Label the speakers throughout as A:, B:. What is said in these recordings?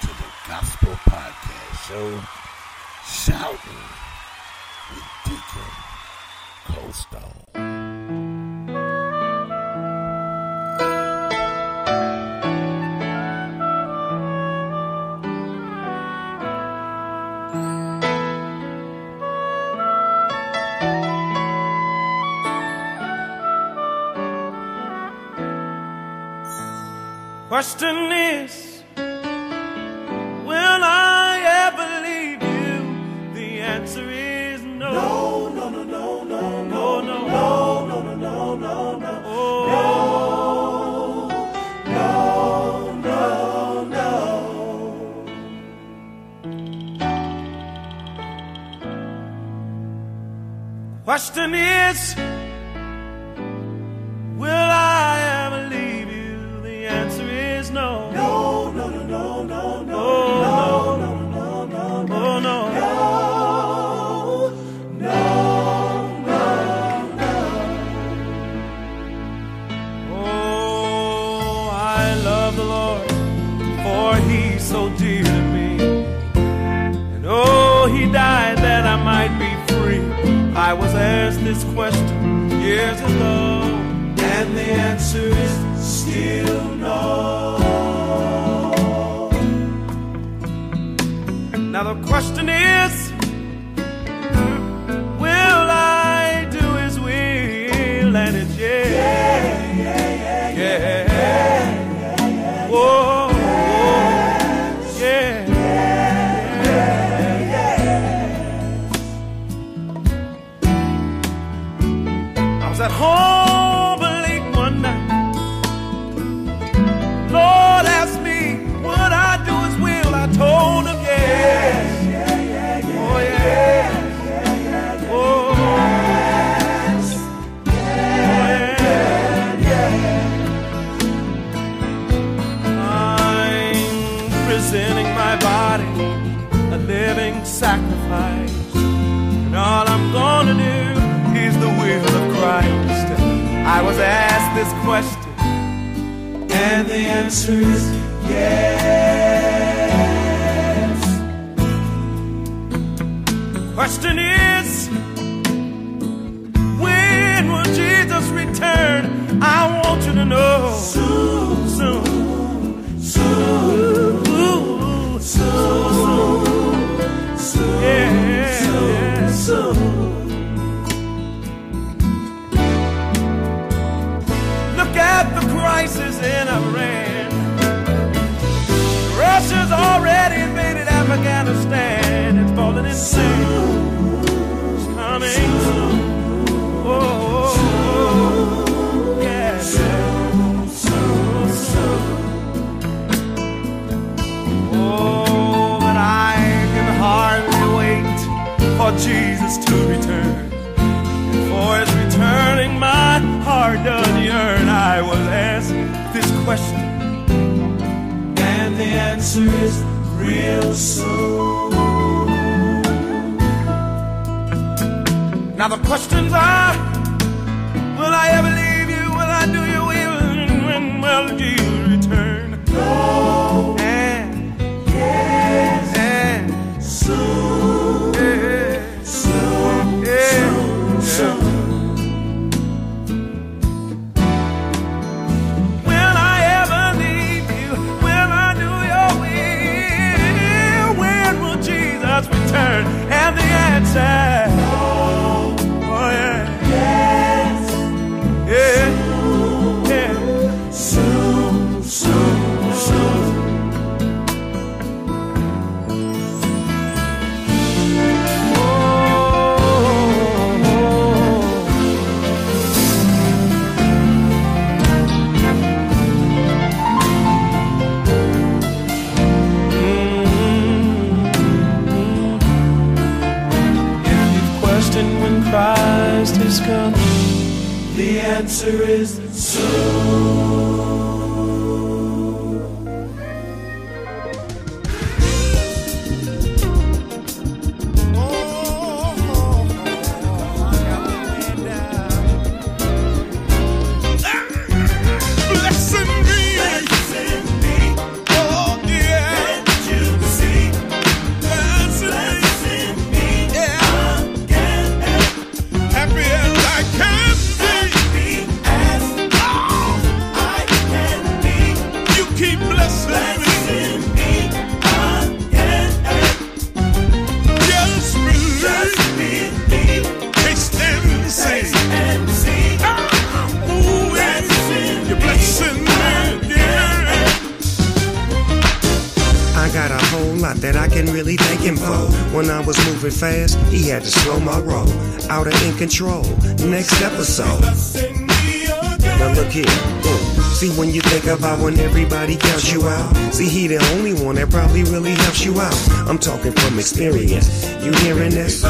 A: to the Gospel Podcast Show, shouting with Deacon Coldstone.
B: Question is, will I ever leave you? The answer is no. No, no, no, no, no, no, no, no, no, no, no, no, no, no, no, no, no. Question is, Will I ever leave you? The answer is no. No, no, no, no, no, no, no, no, no, no, no, no, no, no, no. Oh, I love the Lord, for He's so dear to me. And oh, he died that I might be free. I was asked this question years ago, and the answer is still no. Now the question is. Will I do his will? And it's yeah, yeah, yeah, yeah, Whoa, whoa, yeah. I was at home late one night. Lord asked me, would I do his will? I told him yes. Oh, yes. Oh, yes. Oh, yes. I'm presenting my body a living sacrifice. And all I'm gonna do is the will of Christ. I was asked this question, and the answer is yes. Question is, when will Jesus return? I want you to know soon, soon, soon, soon, soon, soon, yeah, soon, Look at the crisis in Iran. Russia's already invaded Afghanistan. It's falling in sync. It's coming soon. Oh, oh, oh. yeah. Oh, but I can hardly wait for Jesus to return. And for his returning, my heart does yearn. I was asked this question, and the answer is real soon. Now the questions are, will I ever leave you? Will I do your will? And when will you return? No. And Yes. And soon. Yeah. Soon. Yeah. Soon. Will I ever leave you? Will I do your will? When will Jesus return? And the answer. No. Oh, yeah. Yes. Yeah. Yeah. Soon. Soon. Soon. is gone? The answer is soon. Listen me, listen me, oh yeah. you see? Listen me, yeah. Happy as I can be. as I can be. You keep blessing me. Just believe. Taste and see. Ah, ooh, yeah. You're blessing me, yeah.
C: I got a whole lot that I can really thank him for. When I was moving fast, he had to slow my roll. Out of in control. Next episode.
B: Blessing me again.
C: Now look here. Ooh. See when you think about when everybody counts you out. See he the only one that probably really helps you out. I'm talking from experience. You hearing this?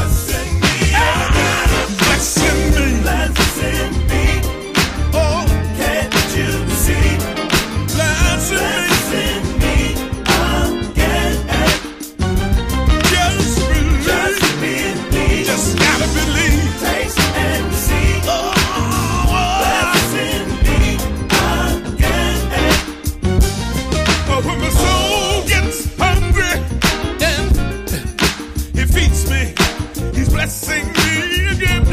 B: When my soul gets hungry and he feeds me. He's blessing me again.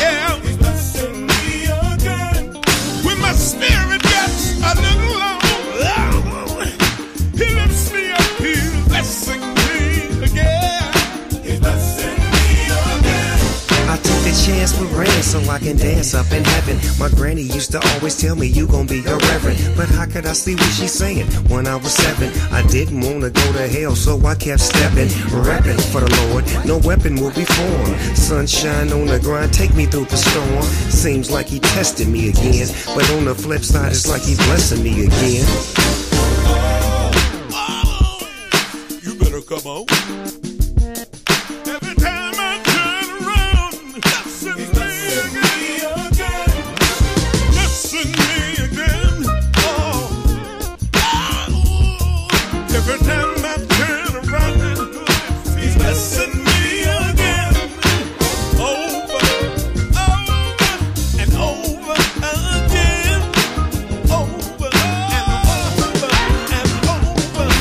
B: Yeah. He's blessing me again. When my spirit gets a little low, he lifts me up. He's blessing me again. He's blessing me again.
C: I took a chance with rain so I can dance up in heaven. My granny used to always tell me you gon' be a reverend, but how could I see what she's saying? When I was seven, I didn't wanna go to hell, so I kept stepping, rapping for the Lord. No weapon will be formed. Sunshine on the grind, take me through the storm. Seems like he tested me again, but on the flip side, it's like he's blessing me again.
B: You better come on. Every time I turn around, listen me again. Listen me again. Oh. Oh. Every time I turn around, he's blessing me again. Over, over, and over again. Over and over and over.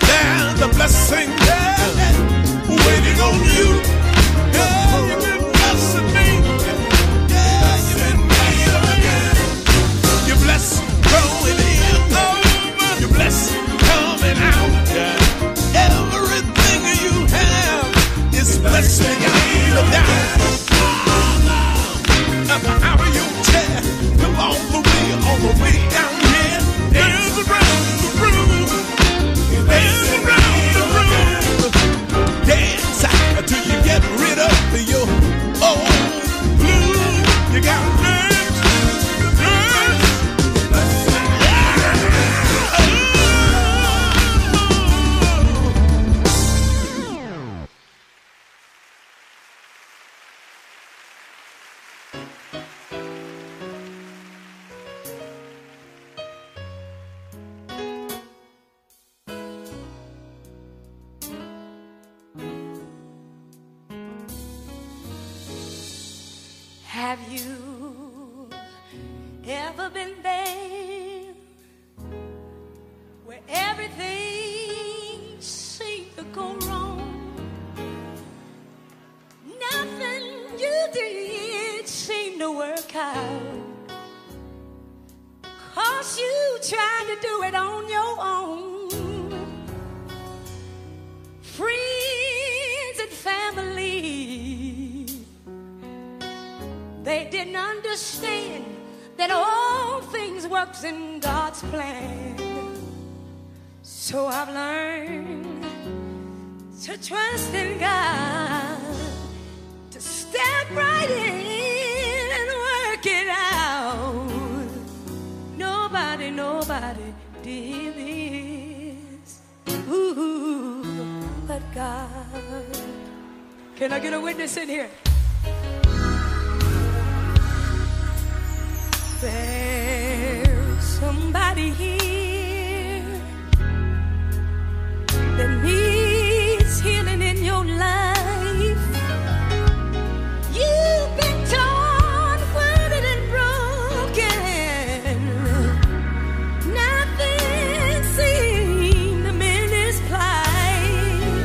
B: Blessing yeah, waiting on you. Yeah, you've been blessing me. Yeah, you've been blessing me again. You bless going in, over. You bless coming out. Yeah. Everything you have is blessing you down. Out of your chair, come all the way, all the way down here. Dance around the room, dance around the room, dance until you get rid of your old blue. You got dance, dance.
D: Have you ever been there where everything seemed to go wrong? Nothing you did seemed to work out. Cause you tried to do it on your own. Friends and family they didn't understand that all things works in God's plan.
B: So I've learned to trust in God, to step right in and work it out. Nobody, nobody did this. Ooh, but God. Can I get a witness in here? There's somebody here that needs healing in your life. You've been torn, wounded, and broken. Nothing seen them in this plight.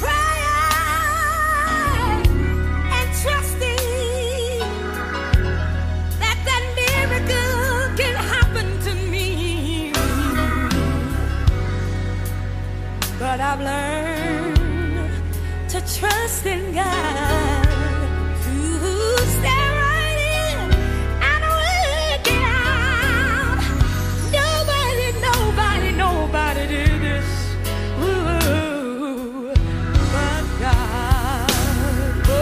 B: Pray and trusting that that miracle can happen to me. But I've learned to trust in God. to step right in and work it out. Nobody, nobody, nobody did this. Ooh, but God. Oh.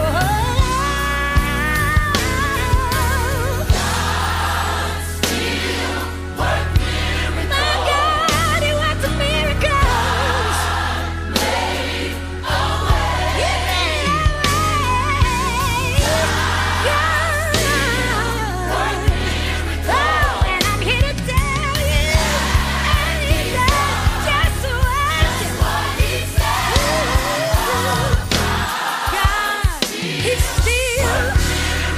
B: My God, He works miracles. He made a way. God. Oh, and I'm here to tell you, and He does just what He says. God, He's still.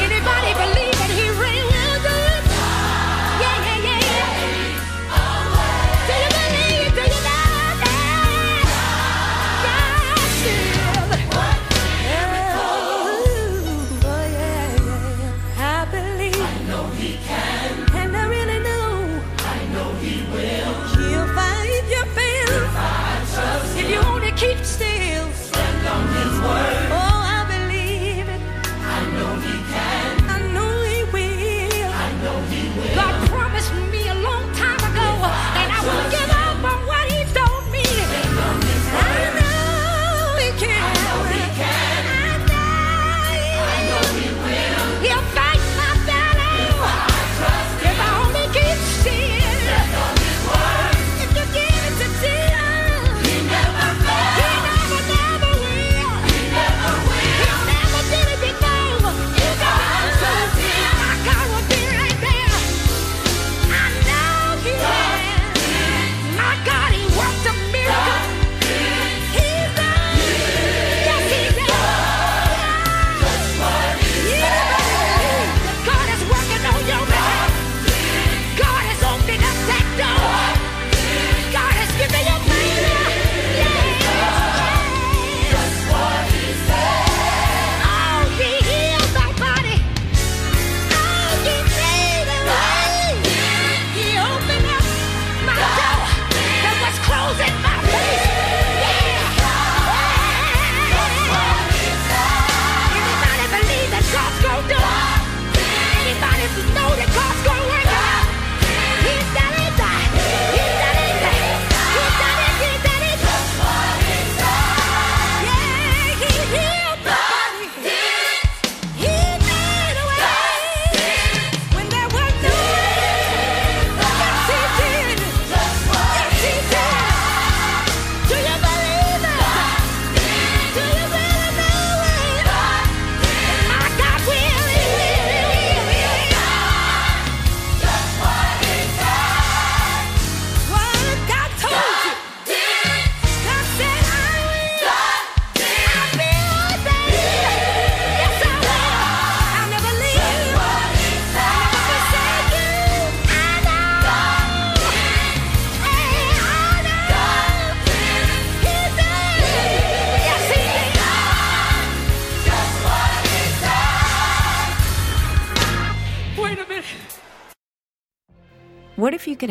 B: Anybody believe that He really does? Yeah, yeah, yeah, yeah. Do you believe? Do you know that? God still. Oh, oh, yeah, yeah, yeah. I believe. I know He can. And I really know. I know He will. He'll fight your battles. If you only keep still. Stand on His word. Oh, I believe it. I know He will. God promised me a long time ago that I won't give up on what He told me. I know He can. I know He can. I know He will. He'll fight my battle. If I only keep still. If you give it to Him, He never fails. He never, never will. He never will. He never did it before. You got to My God will be right there. I know He can. My God, He worked a miracle. He's done. Yes, He did. Yeah. God is working on your behalf. God has opened up that door. God has given you favor. Yes, yes. Oh, He healed my body. Oh, He made a way. He opened up my door that was closed in my face. Yeah. Anybody believe that God's gonna do it? Anybody know that God's gonna work it out? He's done it. He's done it. He's done it. He's done it. Yeah, He healed my body. He made a way when there was no way. Yes, He did. Yes, He did. Do you believe it? Do you really know it? My God will, He will, He will. What God told you. God said I will. I'll be with them. Yes, I will. I'll never leave you. I'll never forsake you. I know. Hey, I know. He did. Yes, He did. Wait a minute.
E: What if you could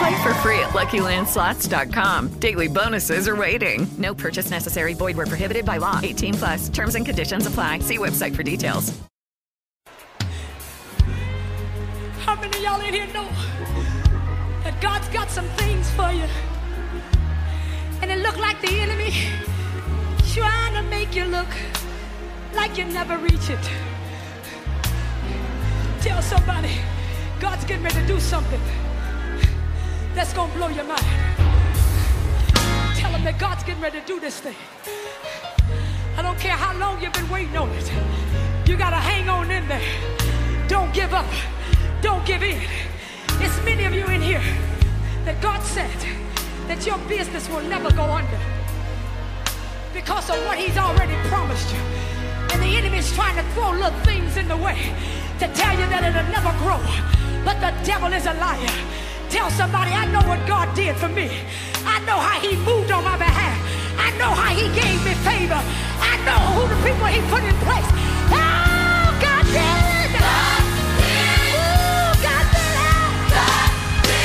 F: Play for free at LuckyLandSlots.com. Daily bonuses are waiting.
G: No purchase necessary. Void where prohibited by law. 18 plus. Terms and conditions apply. See website for details.
D: How many of y'all in here know that God's got some things for you? And it look like the enemy trying to make you look like you never reach it. Tell somebody God's getting ready to do something that's gonna blow your mind. Tell them that God's getting ready to do this thing. I don't care how long you've been waiting on it. You gotta hang on in there. Don't give up. Don't give in. It's many of you in here that God said that your business will never go under because of what He's already promised you. And the enemy's trying to throw little things in the way to tell you that it'll never grow. But the devil is a liar. Tell somebody, I know what God did for me. I know how He moved on my behalf. I know how He gave me favor. I know who the people He put in place. Oh, God did it. Oh, God did it.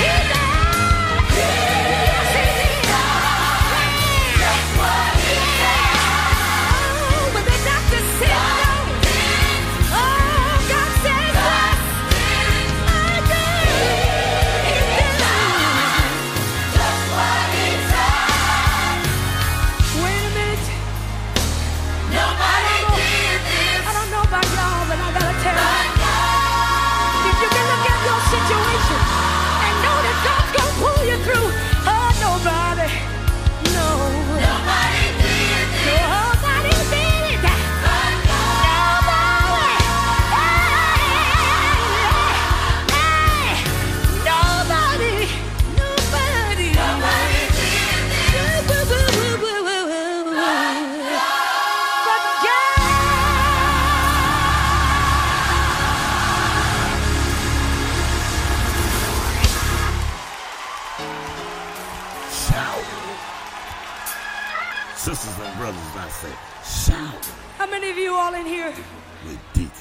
D: He did it. Yes, He did. Yeah. Oh, but the doctor said no. Oh, God said yes. I did. He did. Wait a minute. Nobody did this. I don't know about y'all, but I gotta tell you. If you can look at your situation and know that God's gonna pull you through, oh nobody, no. Nobody did this. Nobody did it. Nobody. Hey, hey, nobody, nobody, nobody did this. Woo, woo, woo, woo, woo, woo, woo. But God.
A: Shouting. Sisters and brothers, I say, shouting
D: How many of you all in here
A: with Deacon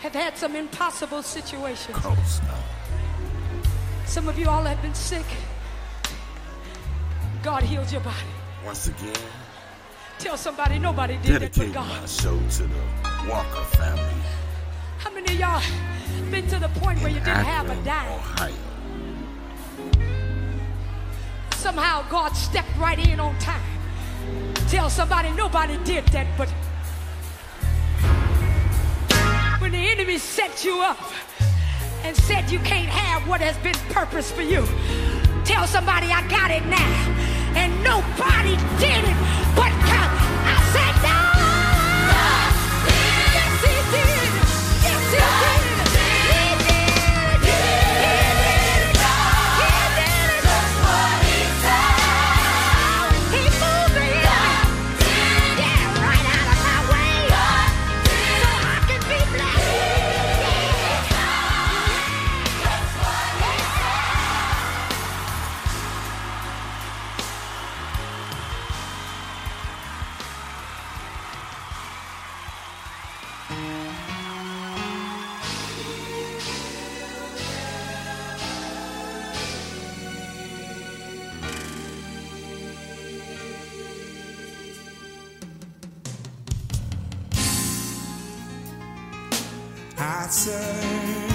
D: have had some impossible situations?
A: Coastal.
D: Some of you all have been sick. God healed your body.
A: Once again,
D: Tell somebody nobody did it but
A: dedicating
D: God.
A: my show to the Walker family
D: How many of y'all been to the point where you didn't have a
A: Akron,
D: dime?
A: Ohio.
D: Somehow God stepped right in on time. Tell somebody nobody did that but when the enemy set you up and said you can't have what has been purposed for you. Tell somebody I got it now. And nobody did it but God. I said no. Yes, he did. Yes, he did. He did it. He did it. He did it. He moved me. Yeah, right out of my way. So I can be blessed.
B: I searched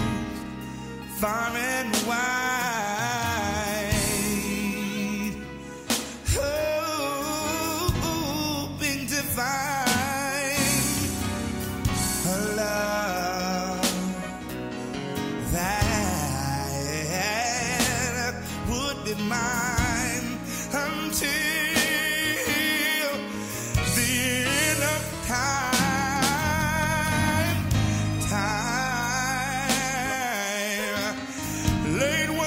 B: far and wide, hoping to find a love that would be mine until the end of time.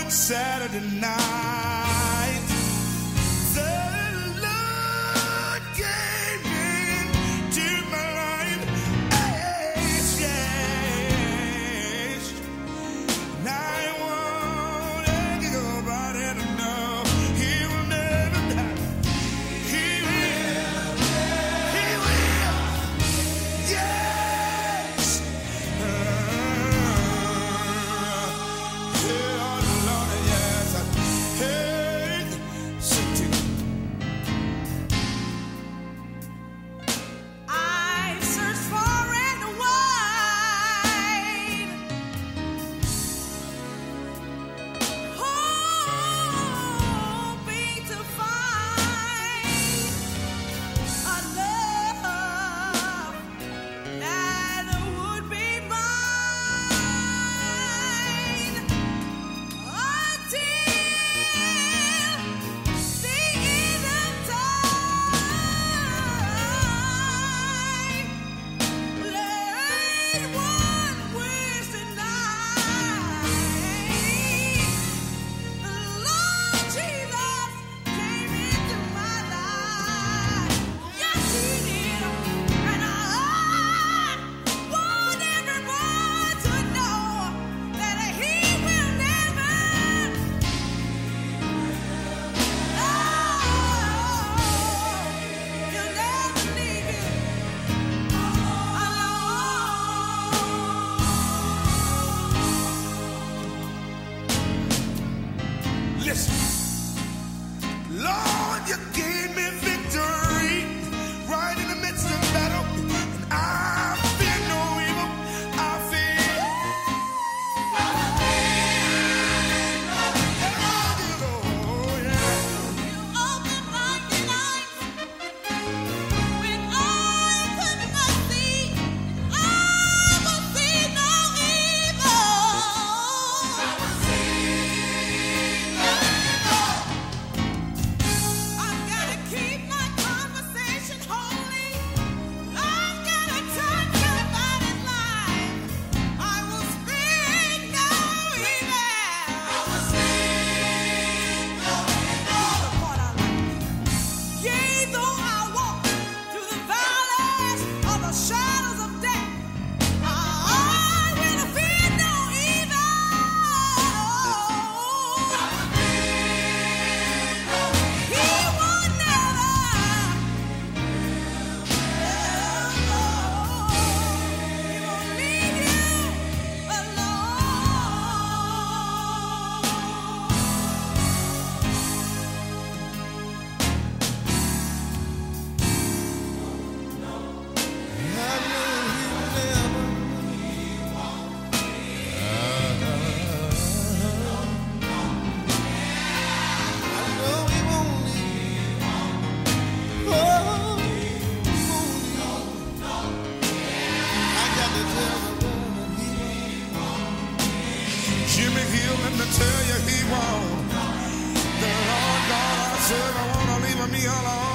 H: Saturday night. The Lord gave me to my life. Yes, yes. And I won't let you go about it. No, He will never die. He will. He will. Yes.
B: I've searched far and wide. Hoping to find a love that would be mine. Until the end of time. Let one wish tonight. Lord Jesus came into my life. Yes, He did, and I want everyone to know that He will never. Oh, He'll never leave you alone.
H: Listen. Lord, you gave me victory right in the midst of battle. And I fear no evil. I fear.
B: Yea, though I walk through the valleys of the shadows of death, I will fear no evil. He will never. He won't leave you alone.
H: Jimmy Hill, let me tell you, he won't. The Lord God, I serve, I wanna leave me alone.
B: Ah,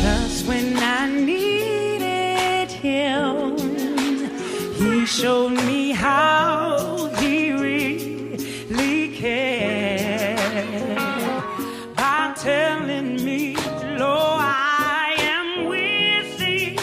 I: Just when I needed him, he showed me how he really cared by telling me, Lo, I am weak.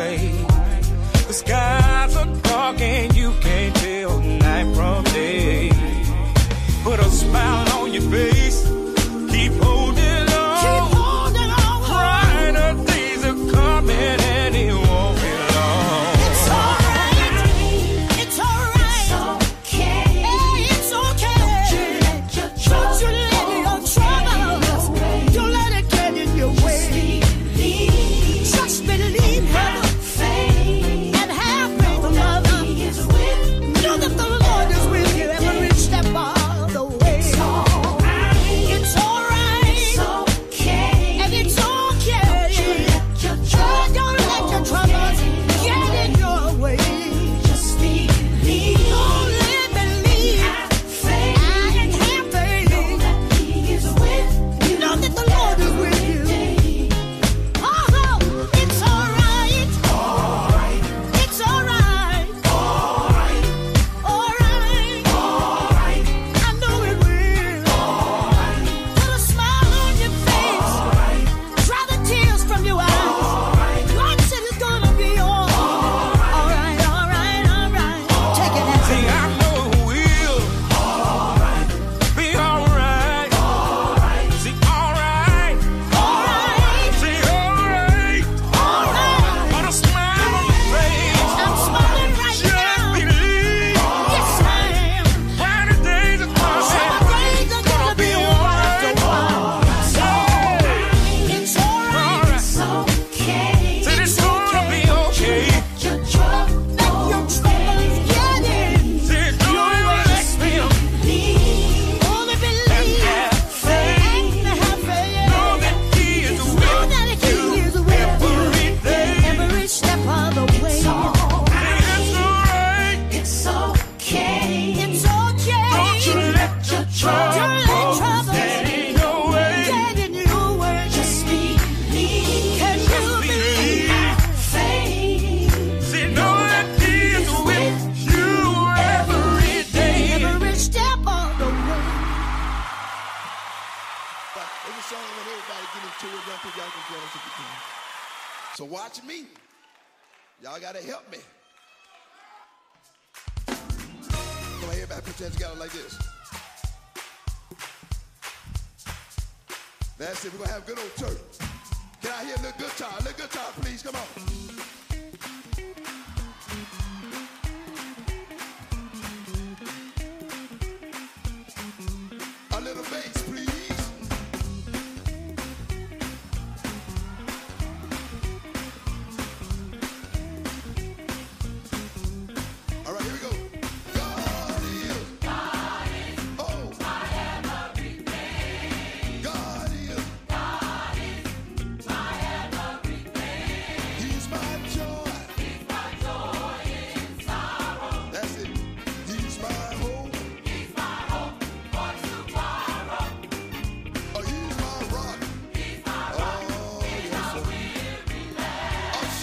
J: The skies are dark and you can't tell night from day. Put a smile on your face. Keep holding on. Keep holding on. Brighter days are coming and it won't be long. It's alright. It's alright.
B: It's okay. Don't you let your troubles, don't let it get in your way. Just believe, have faith, and have faith. Another is with know that the Lord is with you every step of the way. It's alright. It's okay. And it's okay. Don't let your troubles get in your way. Just believe. Only believe. Uh-huh. Take it as
J: See,
B: it is.
J: I know it will be alright. See, alright. See, alright. Put a smile on your face. Just believe. Brighter days are coming. Gonna be alright. Yeah. Said it's gonna be okay. Said don't let them
K: There's a song I want everybody to get into it. Young people, y'all can join us if you can. So watch me. Y'all gotta help me. Come on, everybody put your hands together like this. That's it. We're gonna have a good old church. Can I hear a little guitar? A little guitar, please. Come on. A little bass, please. All right, here we go. God is. God is. Oh. My everything. God is. God is. My everything. He's my Oh,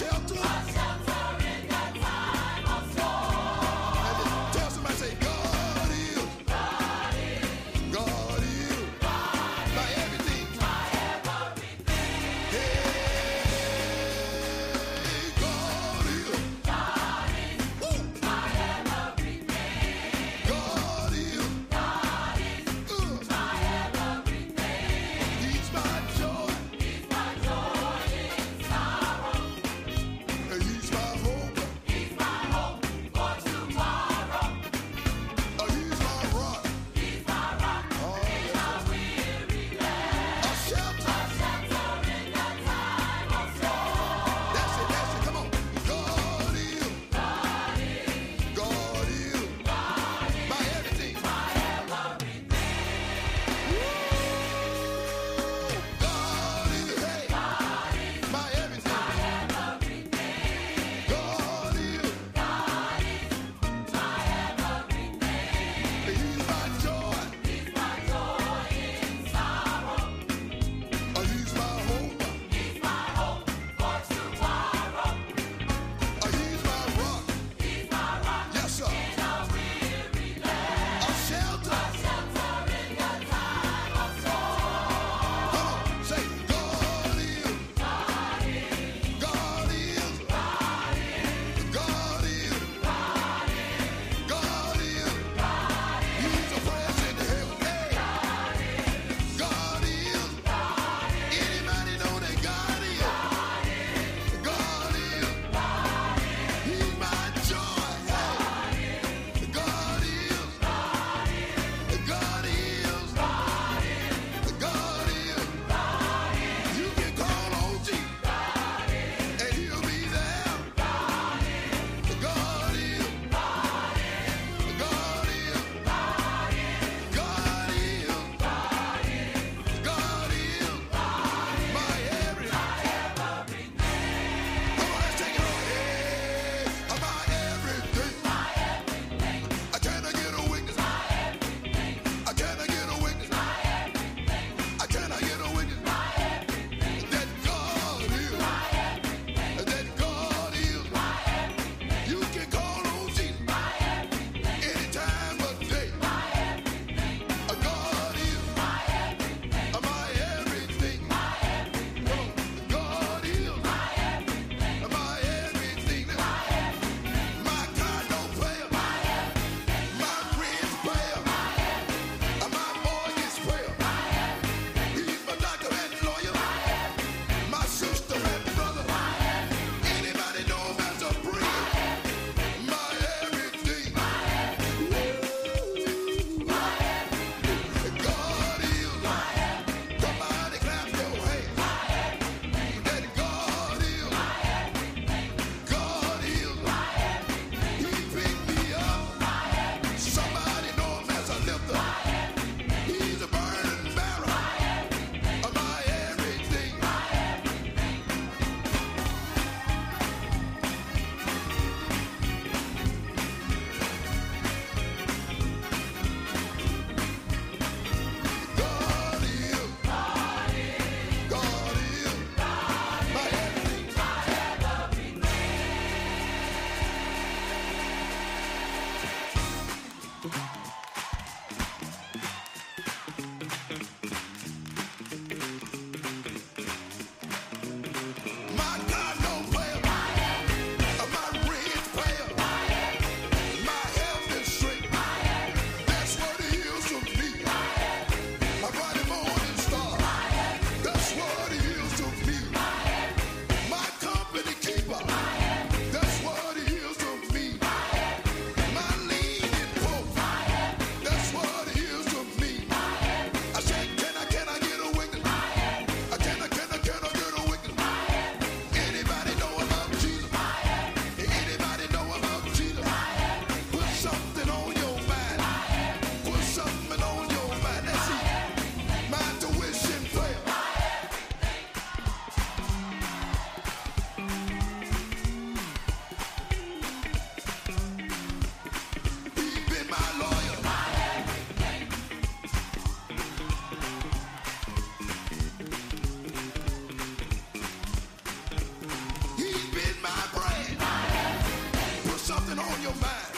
K: something on your mind.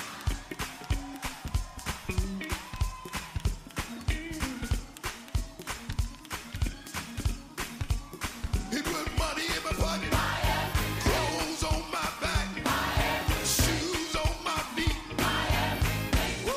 K: He put money in my pocket, clothes on my back, shoes on my feet. Whoa!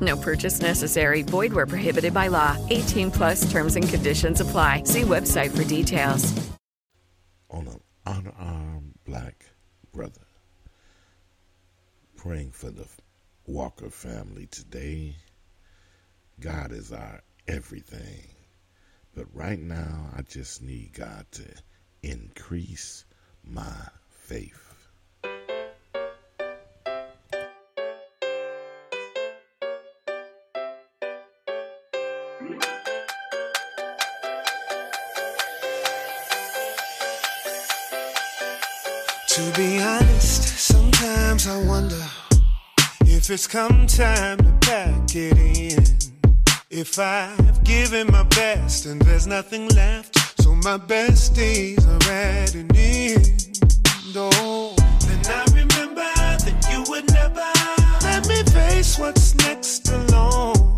F: No purchase necessary. Void where prohibited by law. 18 plus terms and conditions apply. See website for details.
A: on an unarmed black brother. Praying for the Walker family today. God is our everything. But right now, I just need God to increase my faith.
L: To be honest, sometimes I wonder if it's come time to pack it in. If I've given my best and there's nothing left, so my best days are at an end. Oh, then I remember that you would never let me face what's next alone.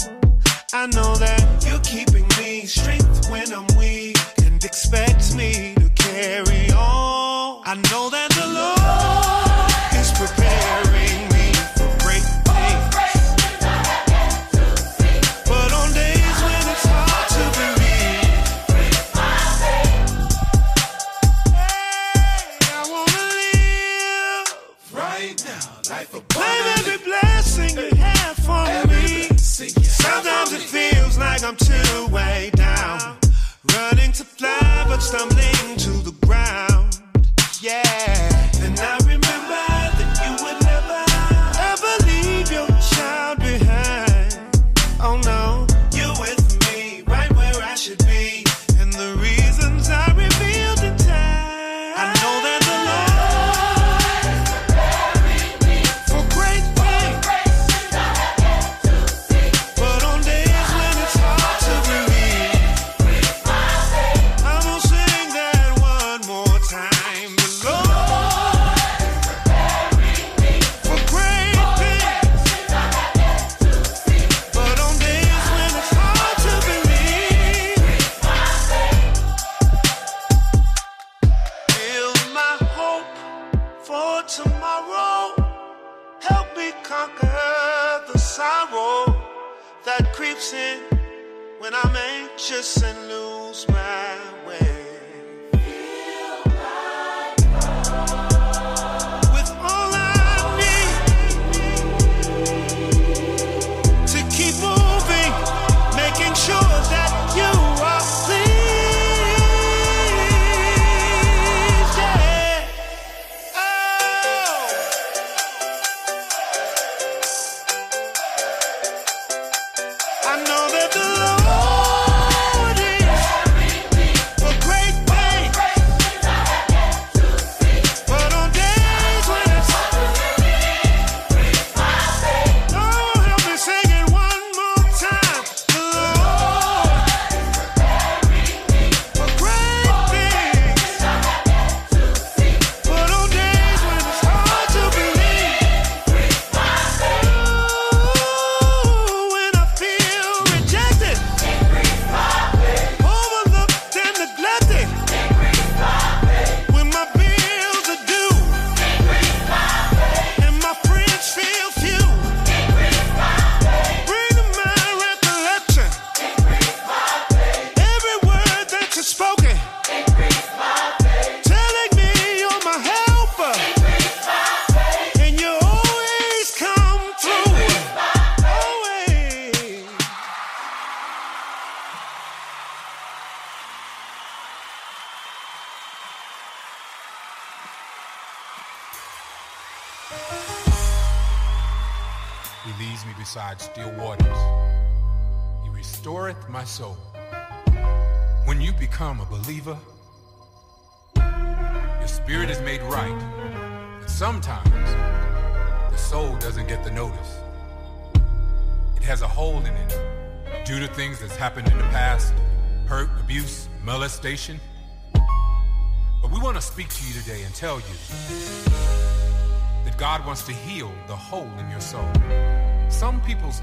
L: I know that you're keeping me strength when I'm weak and expect me to carry on. I know that the Lord is preparing me for great things. But on days when it's hard to believe, hey, I wanna live right now, life Claim every blessing you have for me. Sometimes it feels like I'm too way down. Running to fly, but stumbling to the ground. Yeah. Then I remember that you would never, ever leave your child behind. Oh no, you're with me, right where I should be. And the reasons I revealed in time. I know tomorrow. Help me conquer the sorrow that creeps in when I'm anxious and lose my way. With all I need to keep moving, making sure that you are pleased. Yeah. Oh. I know that the Lord is a great thing. But on days when it's Oh, help me sing it one more time. The Lord a great thing. But on days when it's hard to believe. Oh, when I feel rejected, overlooked and neglected. When my bills are due, and my friends feel few. Bring to mind recollection, every word that you've spoken, telling me you're my helper, and you always come through. Always.
M: He leads me beside still waters. He restoreth my soul. When you become a believer, your spirit is made right. But sometimes the soul doesn't get the notice. It has a hole in it due to things that's happened in the past hurt, abuse, molestation. But we want to speak to you today and tell you that God wants to heal the hole in your soul. Some people's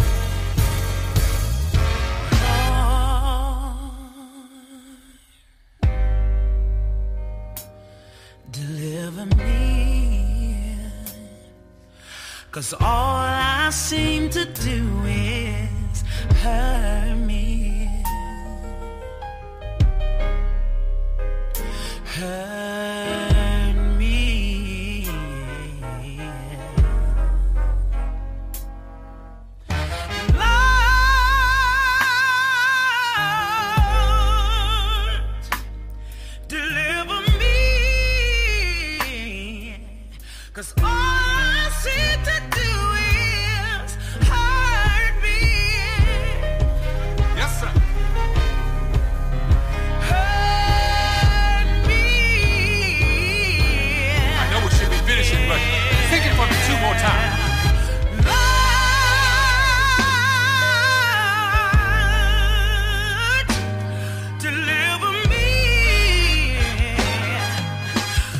B: deliver me. Cause all I seem to do is hurt me. Hurt me. Lord, deliver me. Cause all I see to do is hurt me.
M: Yes, sir.
B: Hurt me.
M: I know we should be finishing, but sing it for me two more times.
B: Lord, deliver me.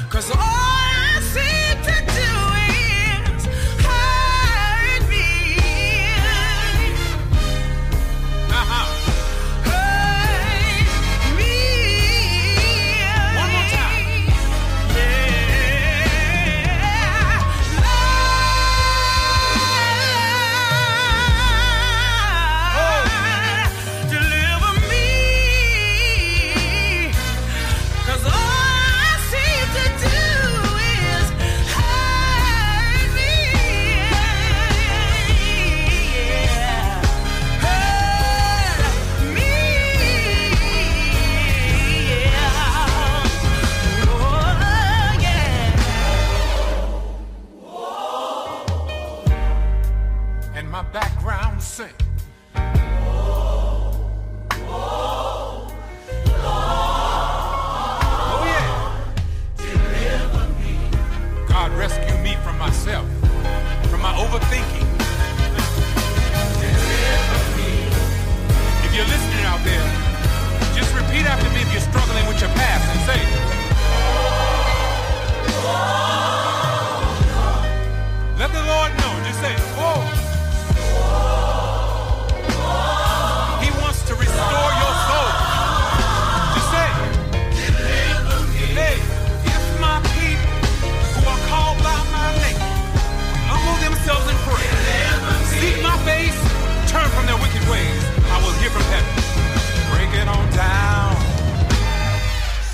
B: 'Cause all I see to do is hurt me.
M: Uh-huh.
B: Hurt me. One more time. Oh. Deliver me. 'Cause all I see to do is hurt me. Hurt me. Oh, yeah.
M: And my background sing. Oh, yeah. God rescue me from myself, from my overthinking. If you're listening out there, Just repeat after me if you're struggling with your past and say, Let the Lord know. Just say, Whoa. He wants to restore your soul. Just say, Hey, if my people who are called by my name humble themselves in prayer, seek my face, turn from their wicked ways, I will hear from heaven. Break it on down.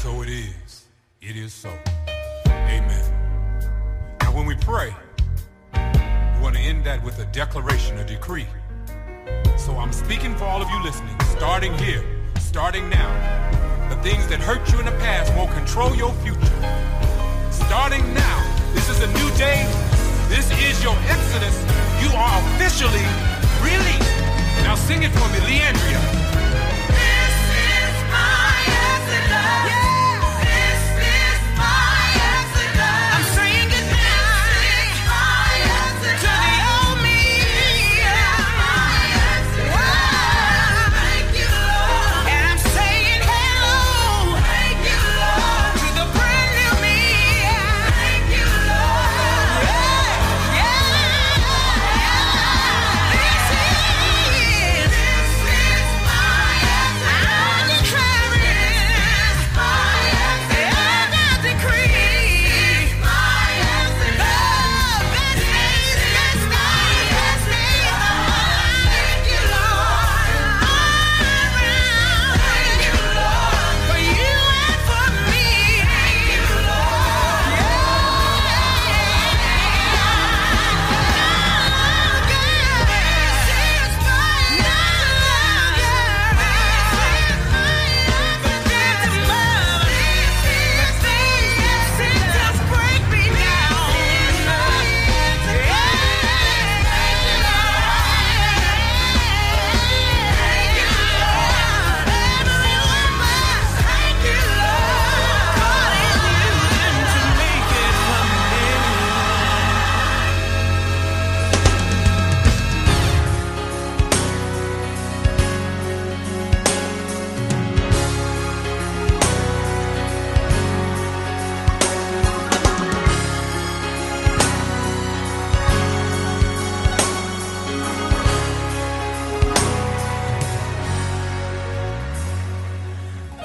M: So it is. It is so. Amen. Now, when we pray, we want to end that with a declaration, a decree. So I'm speaking for all of you listening, starting here, starting now. The things that hurt you in the past won't control your future. Starting now, this is a new day. This is your exodus. You are officially released. Now sing it for me, Leandria.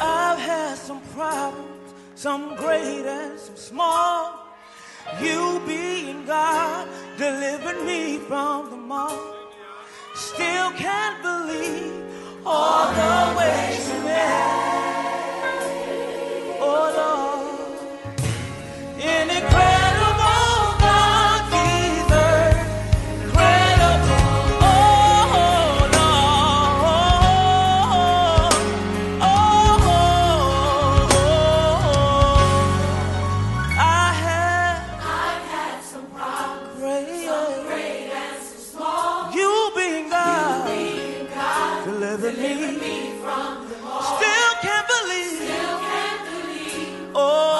B: I've had some problems, some great and some small. You being God delivered me from them all. Still can't believe all the ways you made. Oh Lord, an incredible God, Jesus, incredible. Oh Lord, oh. I had I've had some problems, great, some great and some small. You being God, you being God delivered, me, Oh, Oh,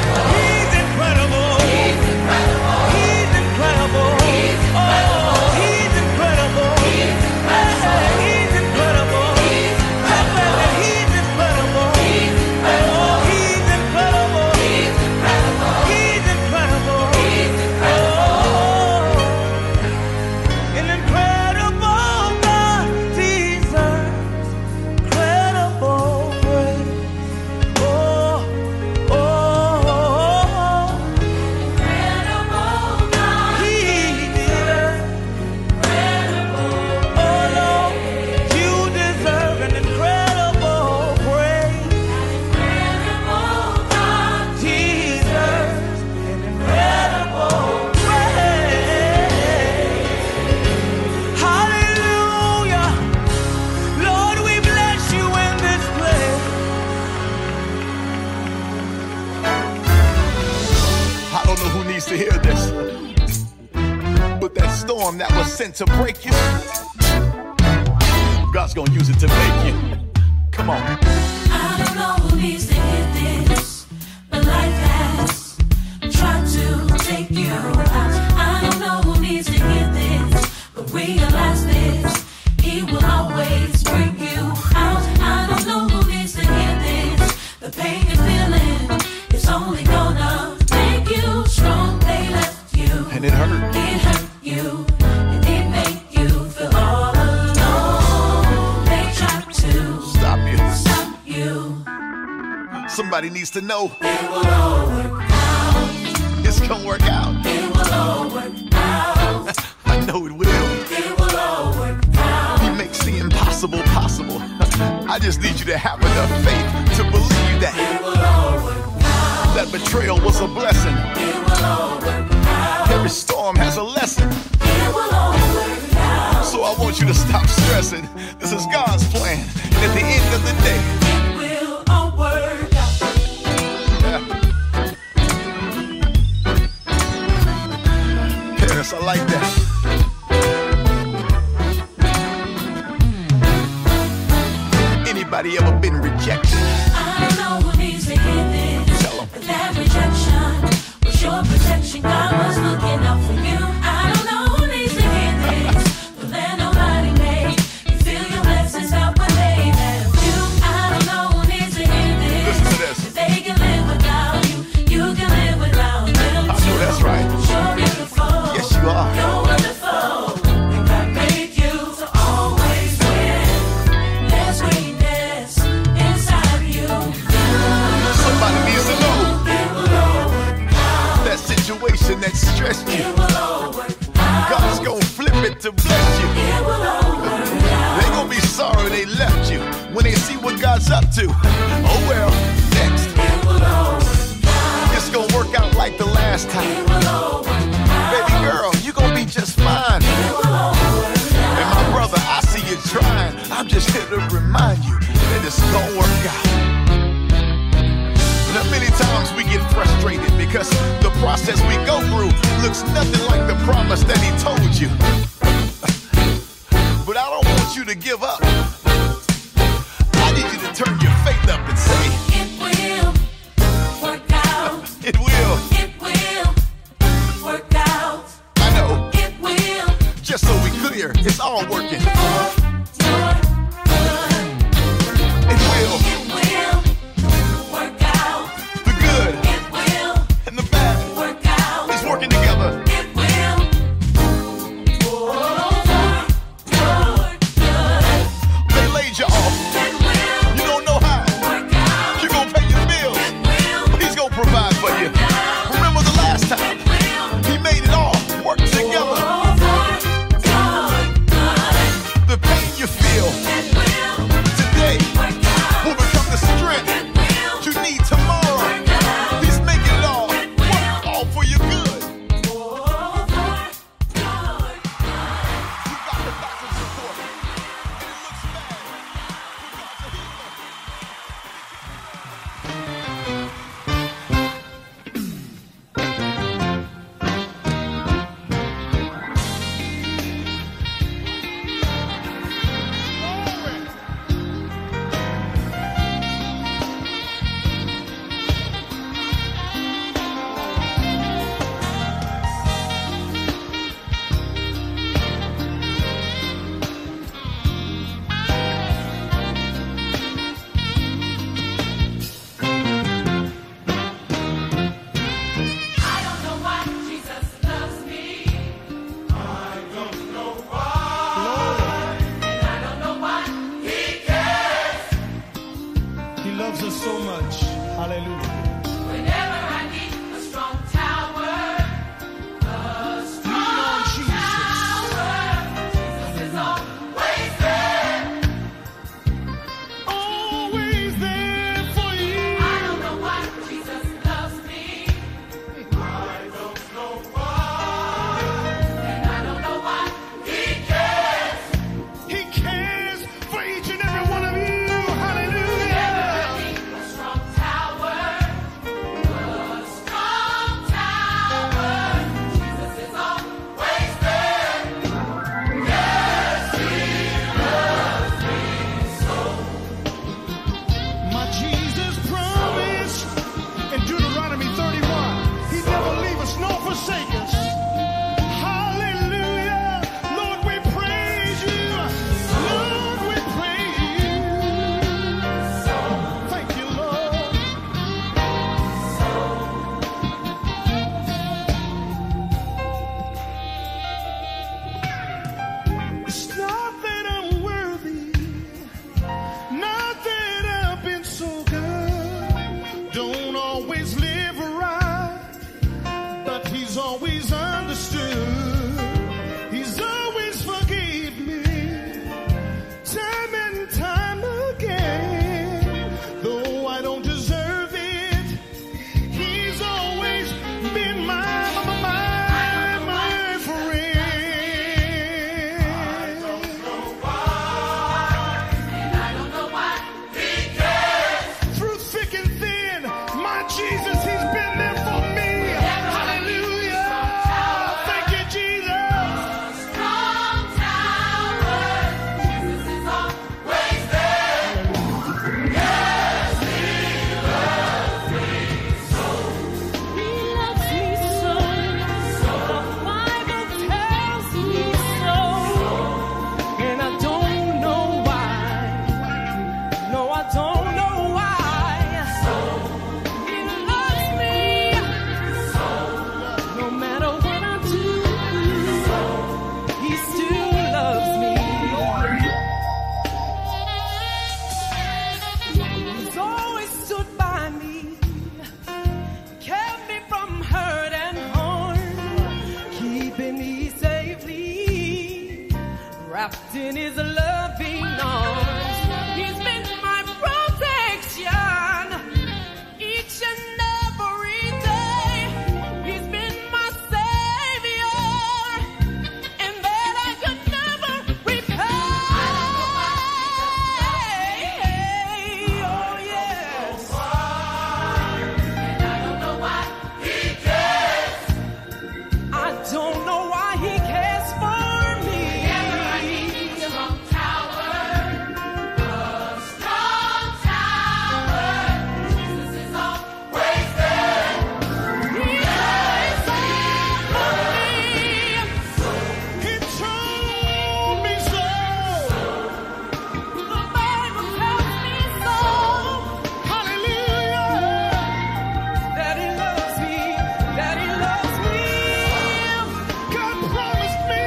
B: Oh, Oh, Oh, Oh, Oh, Oh, Oh, Oh, Oh, Oh, Oh, Oh,
N: storm that was sent to break you. God's gonna use it to make you. Come on.
B: I don't know who needs to hear this, but life has tried to take you out. I don't know who needs to hear this, but realize this. He will always bring you out. I don't know who needs to hear this. The pain you're feeling is only gonna make you strong. They left you.
N: And it hurt.
B: It hurt you. And it made you feel all alone. They tried to
N: Stop you.
B: stop you.
N: Somebody needs to know.
B: It will all work out.
N: It's gonna work out.
B: It will all work out.
N: I know it will.
B: It will all work out.
N: He makes the impossible possible. I just need you to have enough faith to believe that
B: It will all work out.
N: that betrayal was a blessing.
B: It will all work out.
N: Every storm has a lesson.
B: It will all work out.
N: So I want you to stop stressing. This is God's plan. And at the end of the day,
B: It will all work out.
N: yes, I like that. Anybody ever been rejected?
B: I don't know who needs to hear this, but that rejection was your protection. God was looking out for you. I don't know who needs to hear this, but let nobody make you feel your blessings out when they have you. I don't know who needs to hear this,
N: Listen to this.
B: but they can live without you. You can live without them.
N: I know that's right.
B: You're beautiful.
N: Yes, you are.
B: You're wonderful. And God made you to always win. There's greatness inside you.
N: Somebody needs to know
B: It will all work out.
N: that situation that stressed
B: It
N: you.
B: will all work out.
N: God's gonna flip it to bless you.
B: It will all work out.
N: They gonna be sorry they left you when they see what God's up to. Oh well, next
B: It will all work out.
N: it's gonna work out like the last
B: It
N: time.
B: will all work out.
N: Baby girl, you gonna be just fine.
B: It will all work
N: And
B: out.
N: my brother, I see you trying. I'm just here to remind you that it's gonna work out. Now many times we get frustrated because the process we go through looks nothing like the promise that He told you. But I don't want you to give up. I need you to turn your faith up and say.
B: It will work out.
N: It will.
B: It will work out.
N: I know.
B: It will.
N: Just so we clear, it's all working. It will. The good and the bad is working together. They laid you off. You don't know how. You gonna pay your bills. He's gonna provide for you. Remember the last time he made it all work together.
B: wrapped in his loving arms. He's been my protection each and every day. He's been my savior, and that I could never repay. Oh yes. I don't know why he cares for me. Never I need you strong tower. A strong tower. Jesus is always there. He's always there for me. He told me so. The Bible tells me so. Hallelujah. That he loves me, that he loves me. God promised me,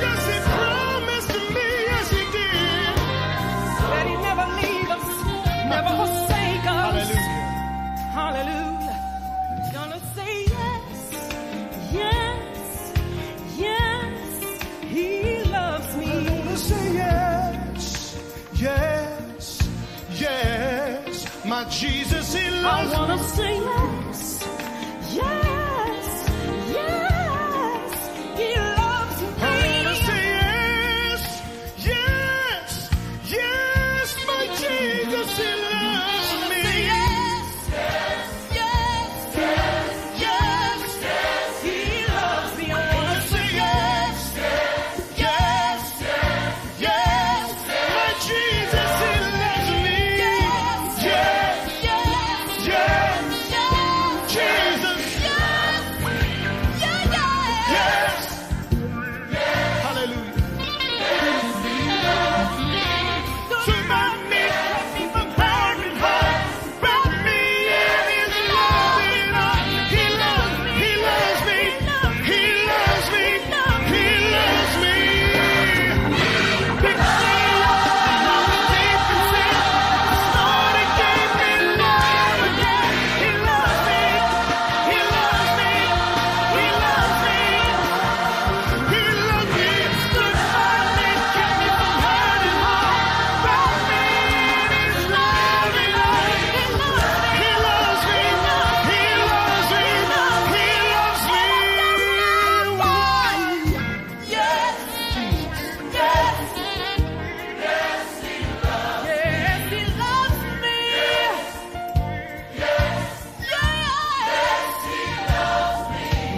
B: yes, he promised to me, yes, he did. That he never leave us, never forsake us. Hallelujah. Hallelujah. Gonna say yes, yes, yes, he loves me.
N: gonna say yes, yes, yes. My Jesus, He loves
B: I wanna say yes, yes, yes. He loves me.
N: I wanna say yes, yes, yes. My Jesus, He loves me.
B: Yes, yes, yes, yes, yes, yes. He loves me. I wanna say yes, yes, yes, yes, yes. My Jesus, He loves me. Yes, yes, yes, yes, yes. Jesus, yes, yes, yes.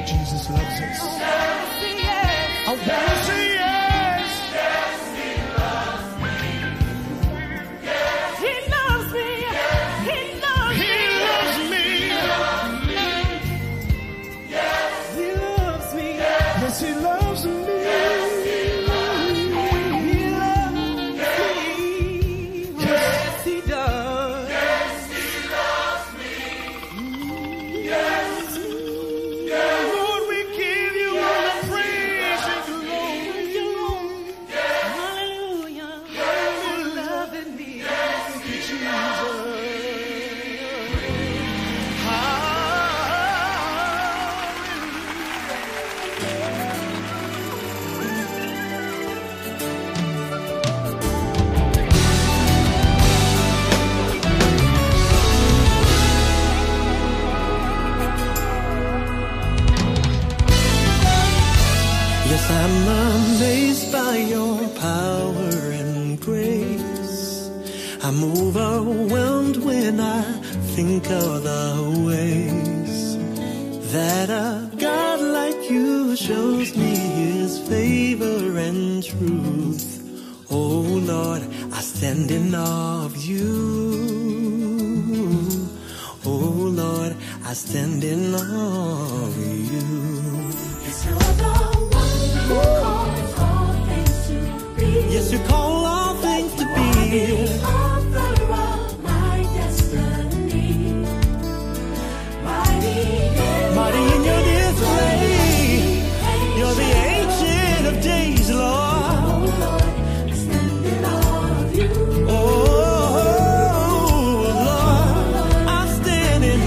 N: Jesus loves us. I wanna say yes.
B: He loves me. He loves me. He loves me. Yes, he loves me.
N: Yes, He loves me.
B: Yes, he does. Yes, he loves me.
N: Yes. Lord, we give you all the praise and glory.
B: Hallelujah. For loving me.
L: Yes, I'm amazed by your power and grace. I'm overwhelmed when I think of the ways that a God like you shows me his favor and truth. Oh Lord, I stand in awe of you. Oh Lord, I stand in awe of you. Yes, you call all things to be. Mighty in your display. You're the ancient of days, Lord. Oh, Lord, I stand in.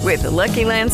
F: With the Lucky Land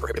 O: prohibited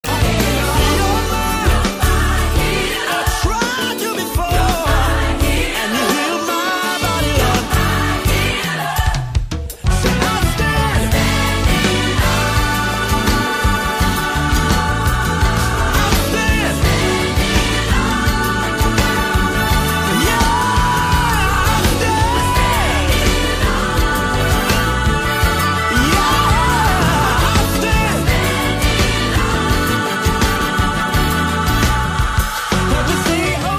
H: Let me stay over.
B: oh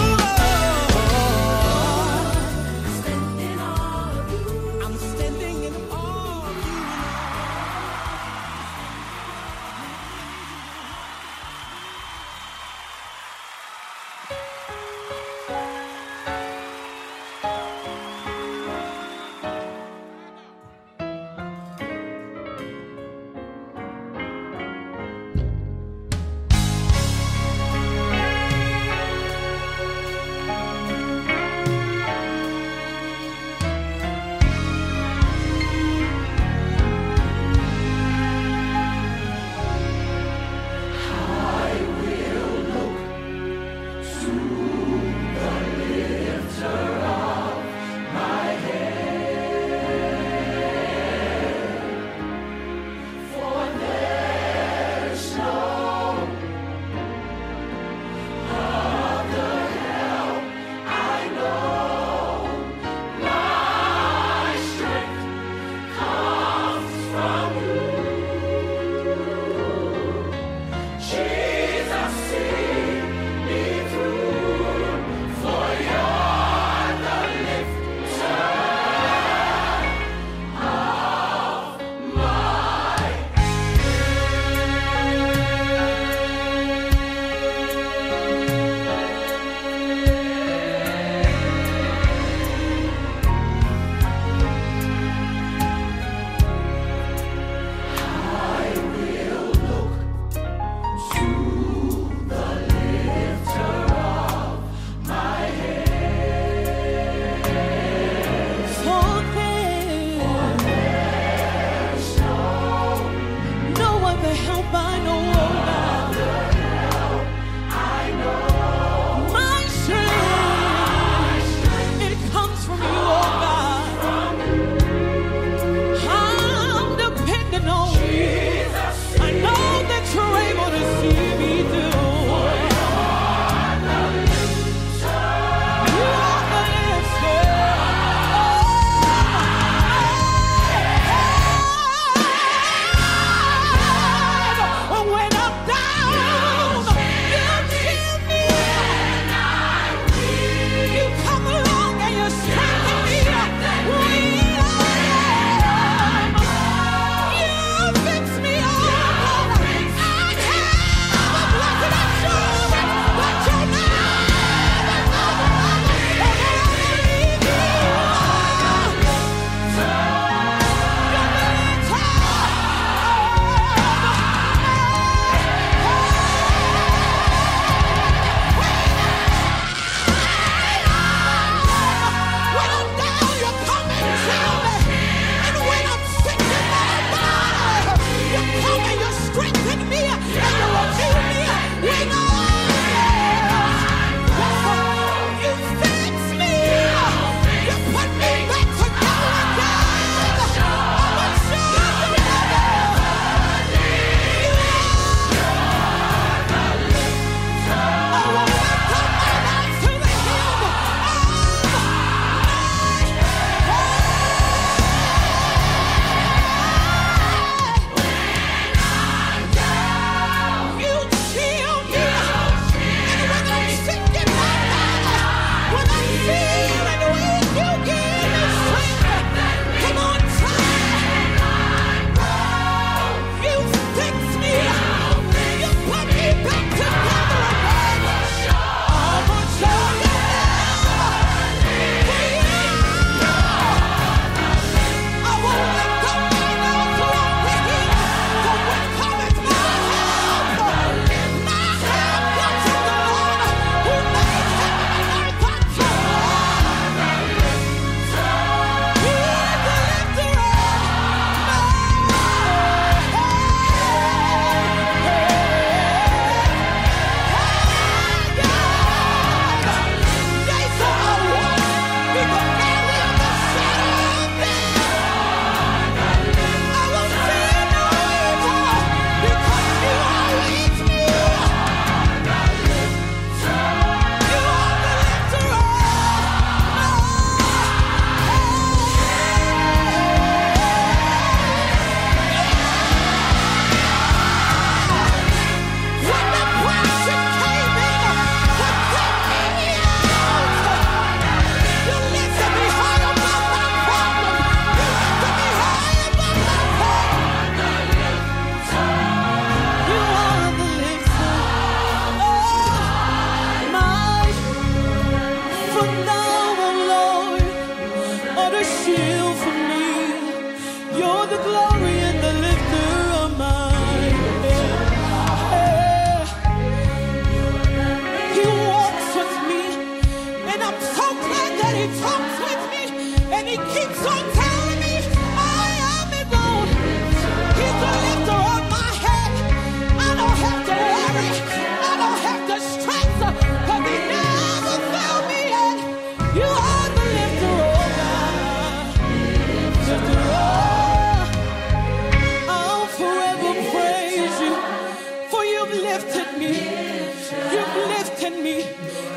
B: oh oh.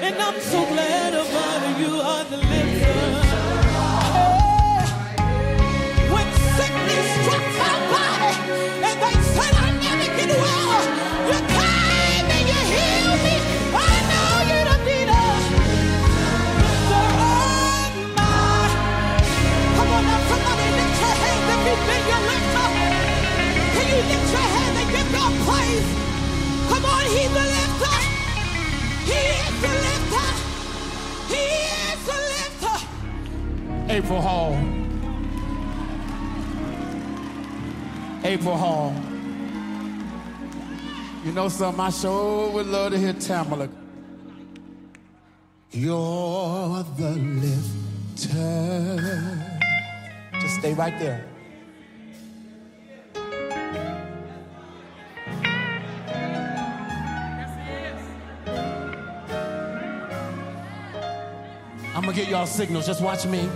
P: And I'm so glad about it. You are the lifter. When sickness struck my body and they said I never get well, you came and you healed me. I know you done did it. Lifter of my. Come on now, somebody lift your hands if you've been your lifter. Can you lift your hands and give God praise? Come on, he's the lifter. He is the lifter. He is the lifter.
Q: April Hall. April Hall. You know something, I sure would love to hear Tamala. You're the lifter. Just stay right there. I'm gonna get y'all signals. Just watch me.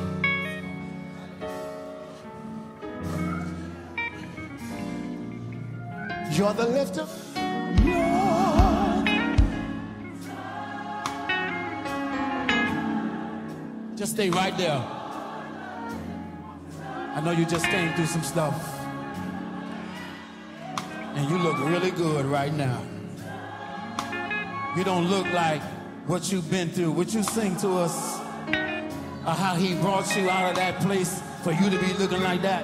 Q: You're the lifter. Just stay right there. I know you just came through some stuff. And you look really good right now. You don't look like what you've been through. Would you sing to us uh, how he brought you out of that place for you to be looking like that?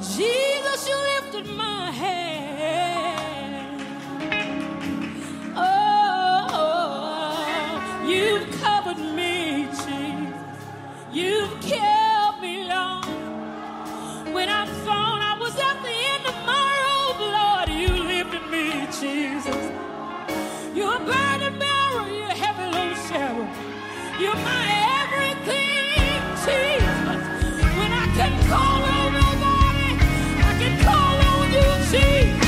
B: Jesus, you lifted my head. Oh, you've covered me, Jesus. You've kept me long. When I thought I was at the end of my rope, Lord, you lifted me, Jesus. You're burning barrel, you're heavy load shower. You're my everything, Jesus. When I can call on nobody, I can call on you, Jesus.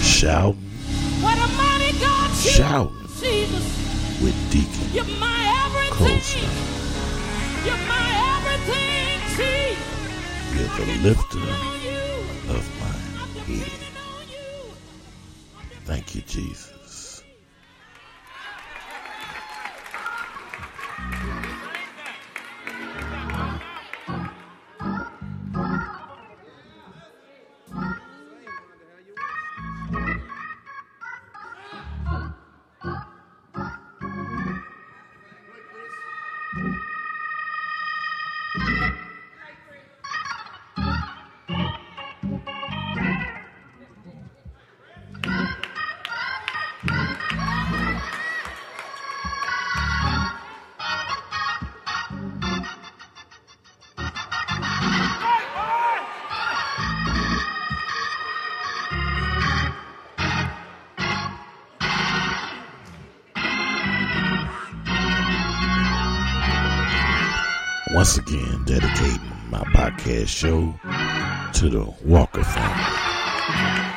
A: Shout
P: What a mighty God you
A: Shout.
P: are, Jesus.
A: with Deacon
P: You're my everything.
A: Colson.
P: You're my everything, Jesus.
A: You're the lifter of my head. Thank you, Jesus. Once again, dedicating my podcast show to the Walker family.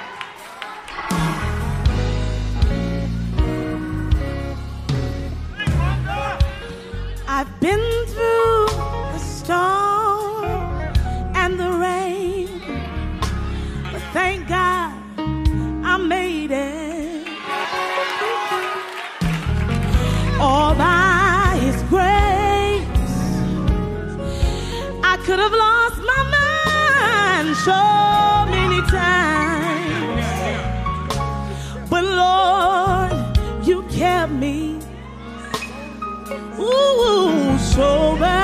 B: could have lost my mind so many times. But Lord, you kept me. Ooh, sober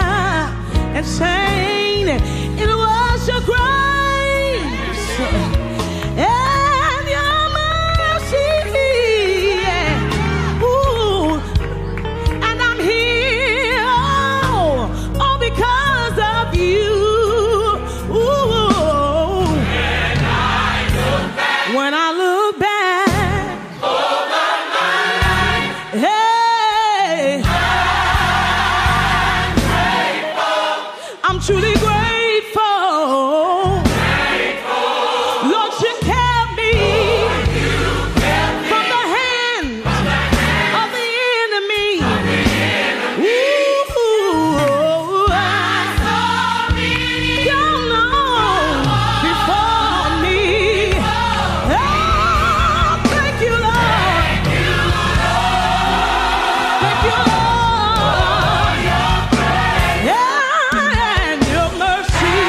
B: and sane. It was your grace and your mercy. Yeah. Ooh, and I'm here all, all because of you. Ooh. When I look back over my life, hey, I'm truly grateful. Lord, you kept me from the hand of the enemy. Ooh, I- Y'all know before me. Oh, thank you, Lord. Thank you, Lord. And your mercy.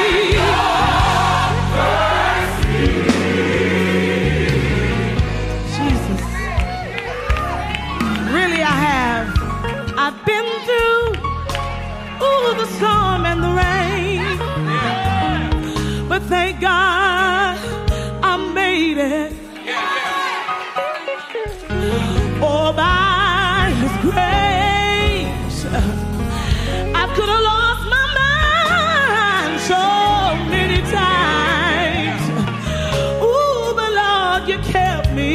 B: Jesus. Really, I have. I've been through ooh, the storm and the rain. But thank God I made it. All by His grace. I could have lost my mind so many times. Ooh, but Lord, you kept me.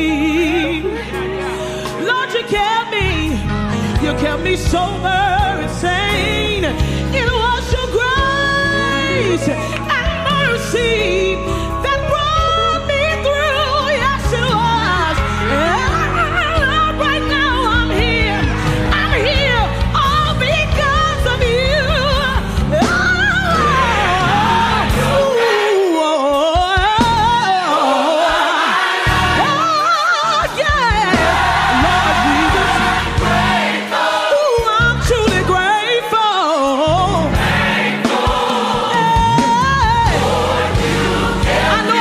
B: Lord, you kept me. You kept me sober and sane. It was your grace and mercy that brought me through. Yes, it was. And Lord, right now I'm here. I'm here all because of you. Oh, ooh, oh. Oh, yeah. Lord Jesus. Ooh, Oh, I'm truly grateful. Hey. Oh, Oh, Oh, ah,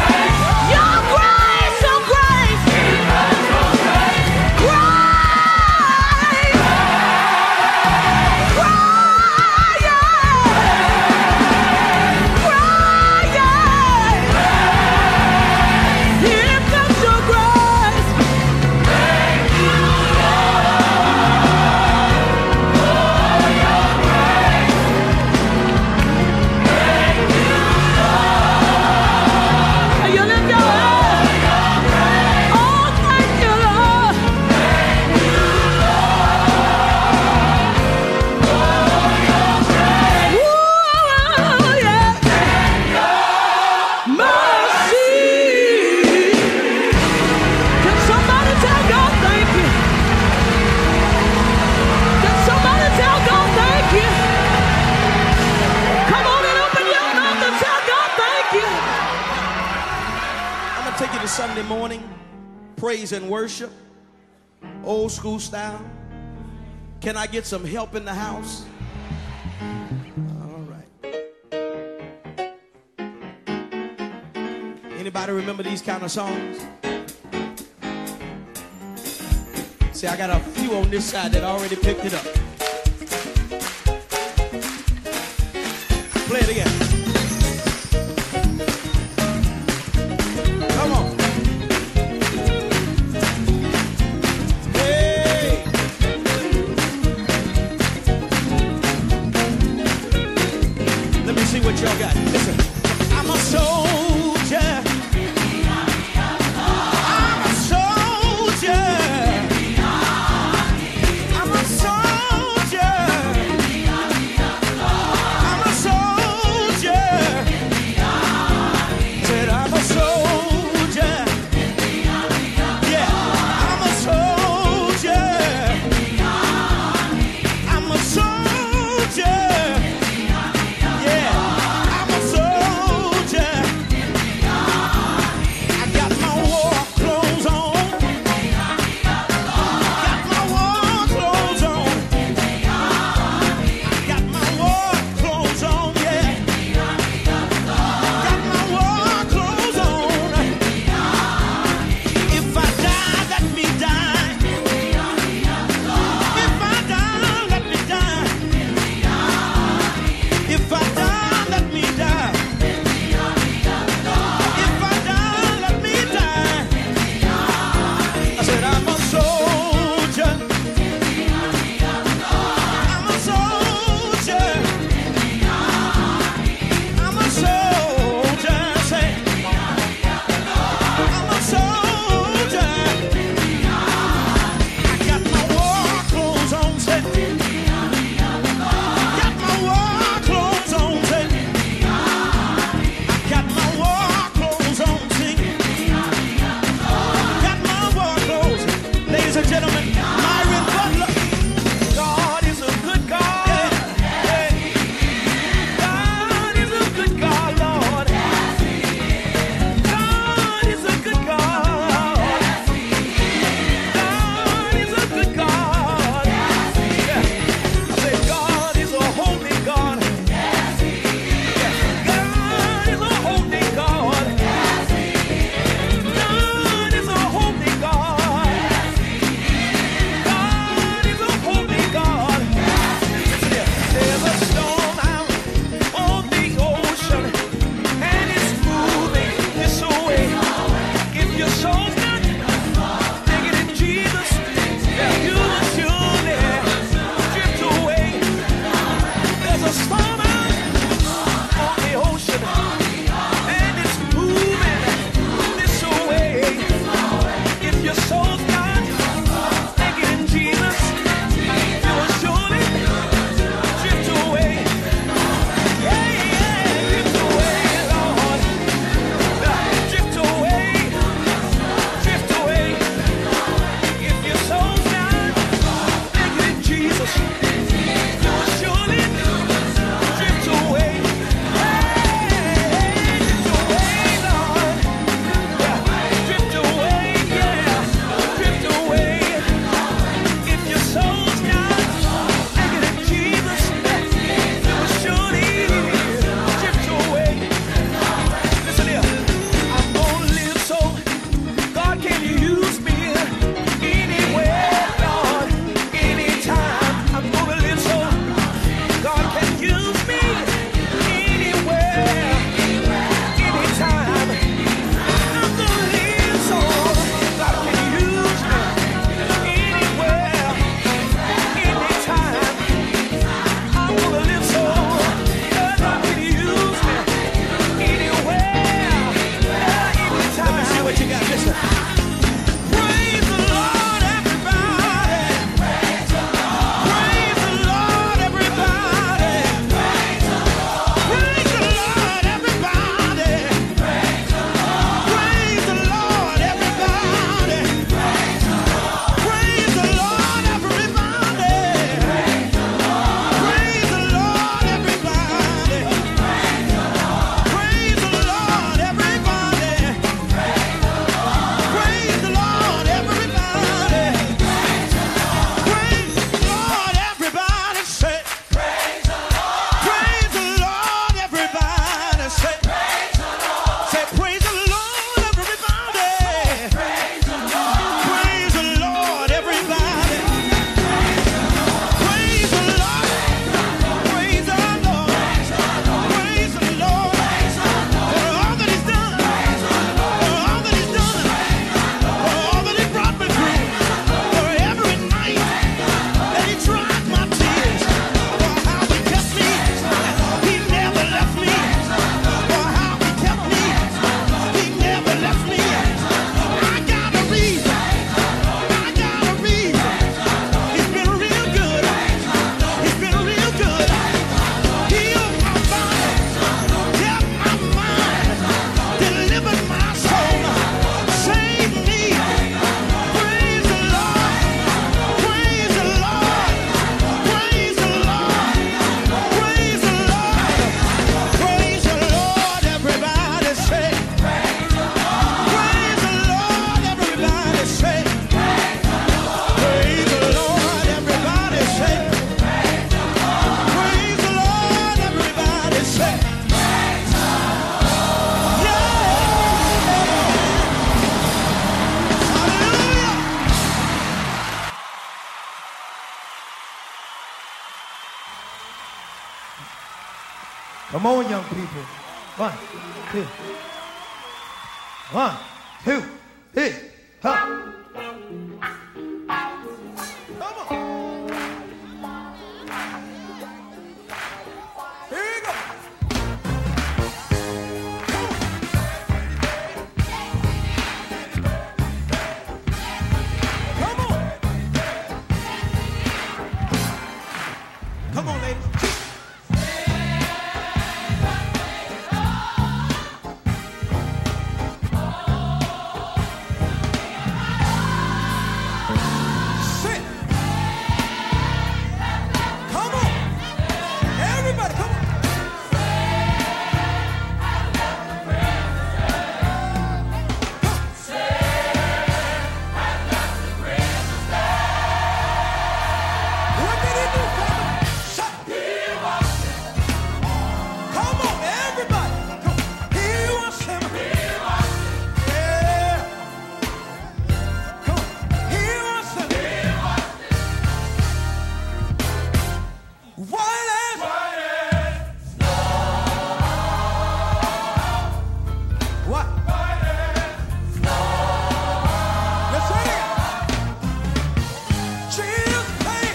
B: oh oh Take you to Sunday morning, praise and worship, old school style. Can I get some help in the house? All right. Anybody remember these kind of songs? See, I got a few on this side that already picked it up. Play it again. Come on. Hey. Let me see what y'all got. Listen, I'm a soldier. I'm a soldier. I'm a soldier. I'm a soldier.
C: Come on, young people. One, two. One, two, three. Huh.
B: Come on, ladies. Sit. Come on. Everybody, come on. Come on, everybody. Come. He was him. Yeah. Come. He was him. White as snow. What? Let's say it. Jesus, hey.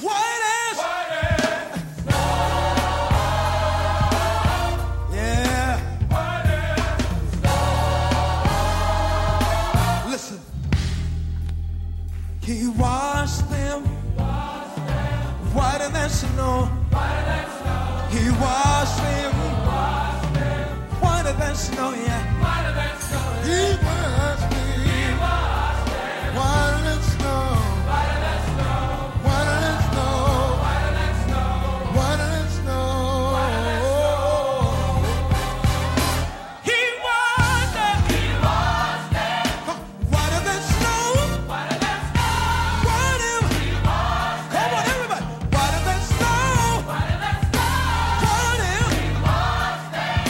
B: White as Yeah. Listen. He washed them whiter than snow. He washed them whiter than snow. Yeah. He washed them whiter than snow. Whiter than snow. Whiter than snow. He was there. He was there. Whiter than snow. Whiter than snow. Whiter. He was there. Come on, everybody. Whiter than snow. Whiter than snow. Whiter. He was there.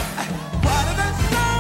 B: Whiter than snow.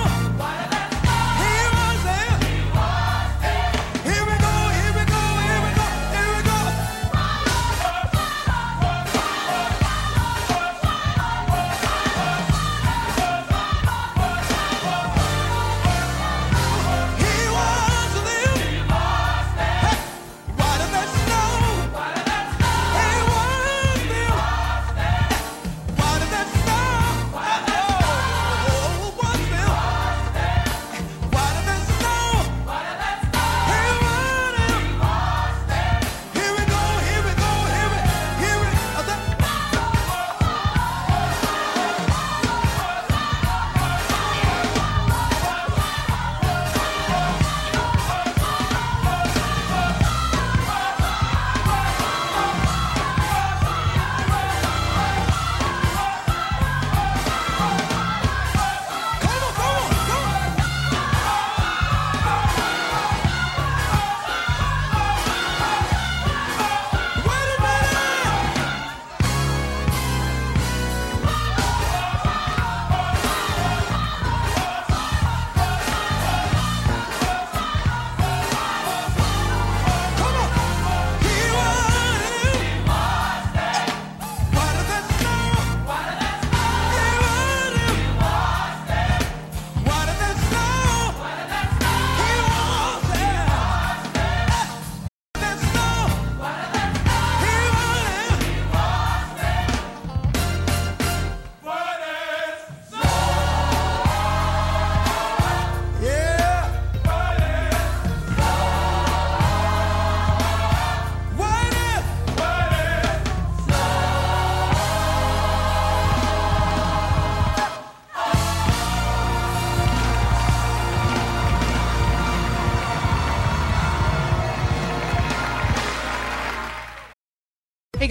R: Hey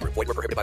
O: Group. Void were prohibited by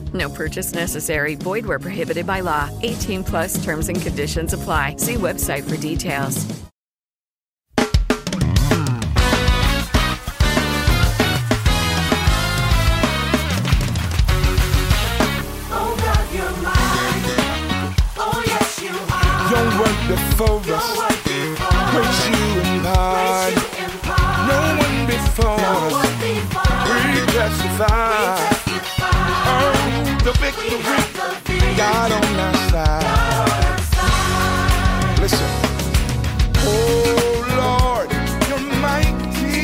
F: No purchase necessary. Void where prohibited by law. 18 plus terms and conditions apply. See website for details.
S: Oh God, you're mine. Oh yes, you are.
B: Your work before us. Praise you and God. No one before us. We testify. Oh, the victory. God on our side. Listen. Oh Lord, you're mighty.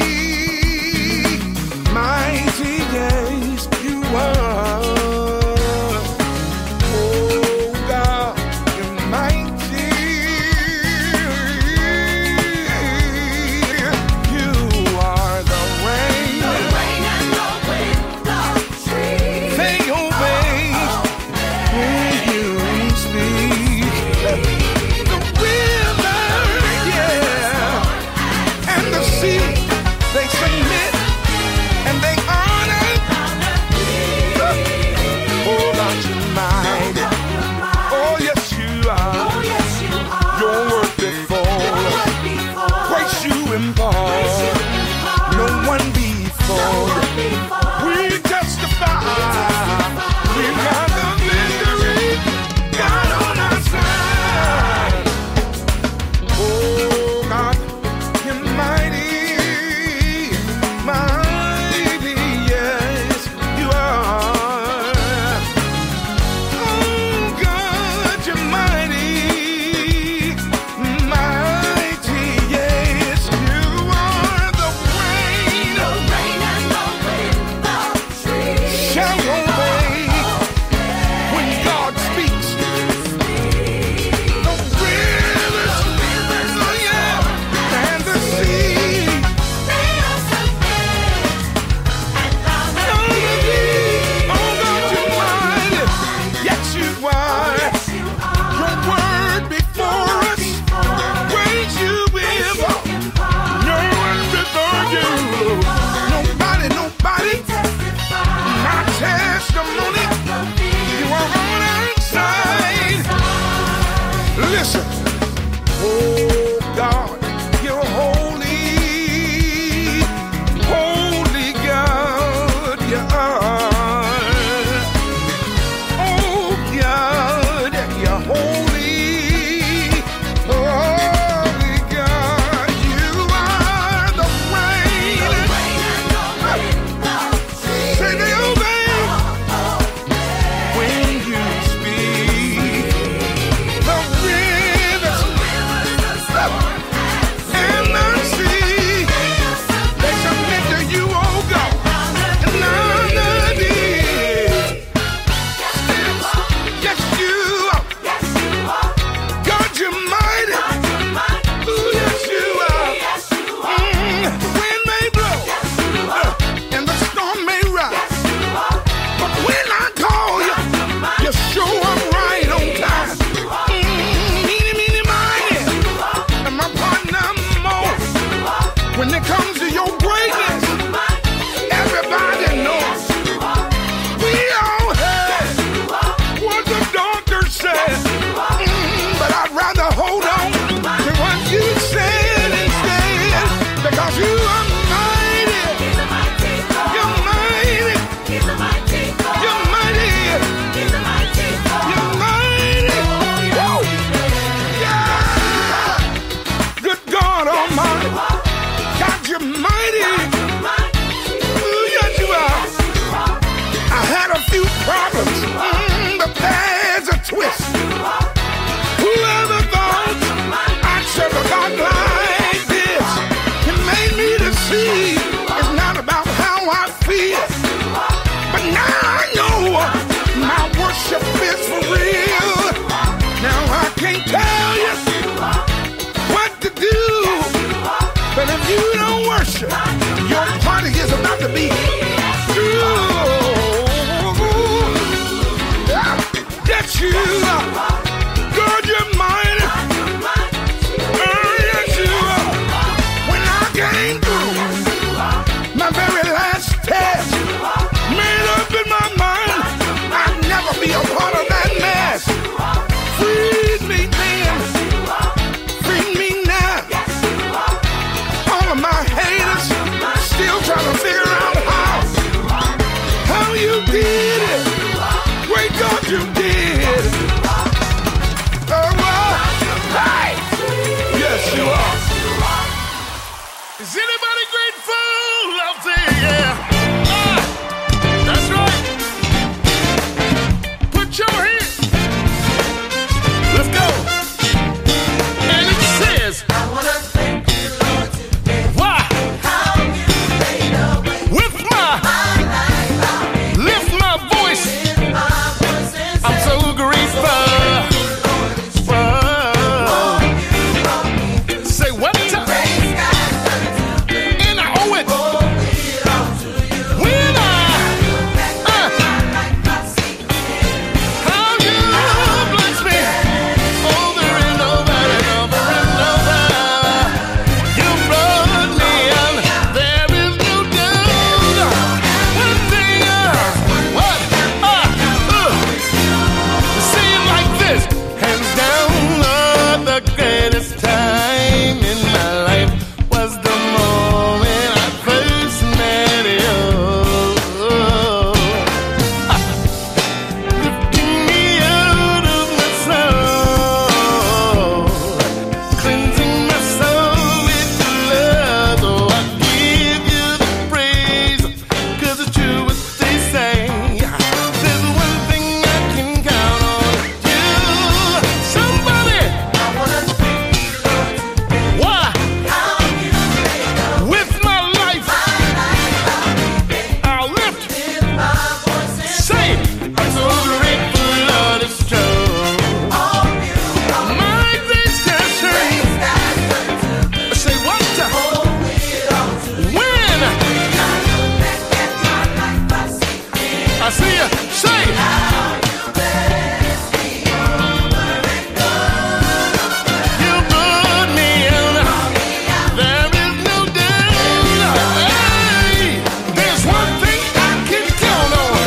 B: Mighty, yes, you are. Oh God, you're mighty. You are the rain. The rain and the wind, the trees. They obey when you speak. The river, yeah. Oh, Oh, Oh, Oh, Oh, oh Mm-hmm. Uh, Mm-hmm.
K: you. God, you're mine. Oh, yes, you are. When I came through my very last test, made up in my mind I'd never be a part of that mess. Freed me then. Freed me now. All of my haters still trying to figure out how. How you did it. Great God, you did. Oh, wow. Hey! Yes, you are.
B: Is anybody grateful out there? Yeah. Ah, that's right. Put your hand. Let's go. And it says, I want to thank you, Lord, today. Why? How you made a way. With my, Ah. lift my voice. I'm so grateful. For, say what? And I owe it. When I, uh, how you bless me over and over and over and over. You brought me in. There is no doubt. One thing, uh, what? Uh, uh. Say it like this. Hands down, Lord, the greatest time in my life was the moment I first met you. Ah. Lifting me out of my soul, cleansing my soul with your love. Oh, I give you the praise, 'cause it's true what they say. There's one thing I can count on, you. Somebody! I wanna thank you, Why? With my life, I lift my voice say, I'm so grateful, Lord, it's true. My grace can Say what? When? I see you. Say. You put me in. There is no doubt. Hey, there's one thing I can count on.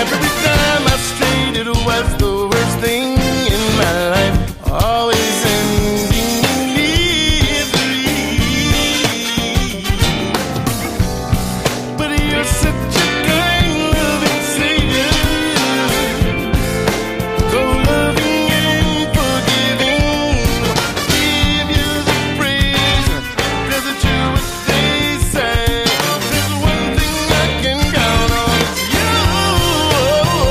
B: Every time I strayed, it was the worst thing in my life. Always ending in misery. But you're such a kind, loving Savior. So loving and forgiving. Give you the praise. 'cause it's you what they say. There's one thing I can count on. It's you. Oh,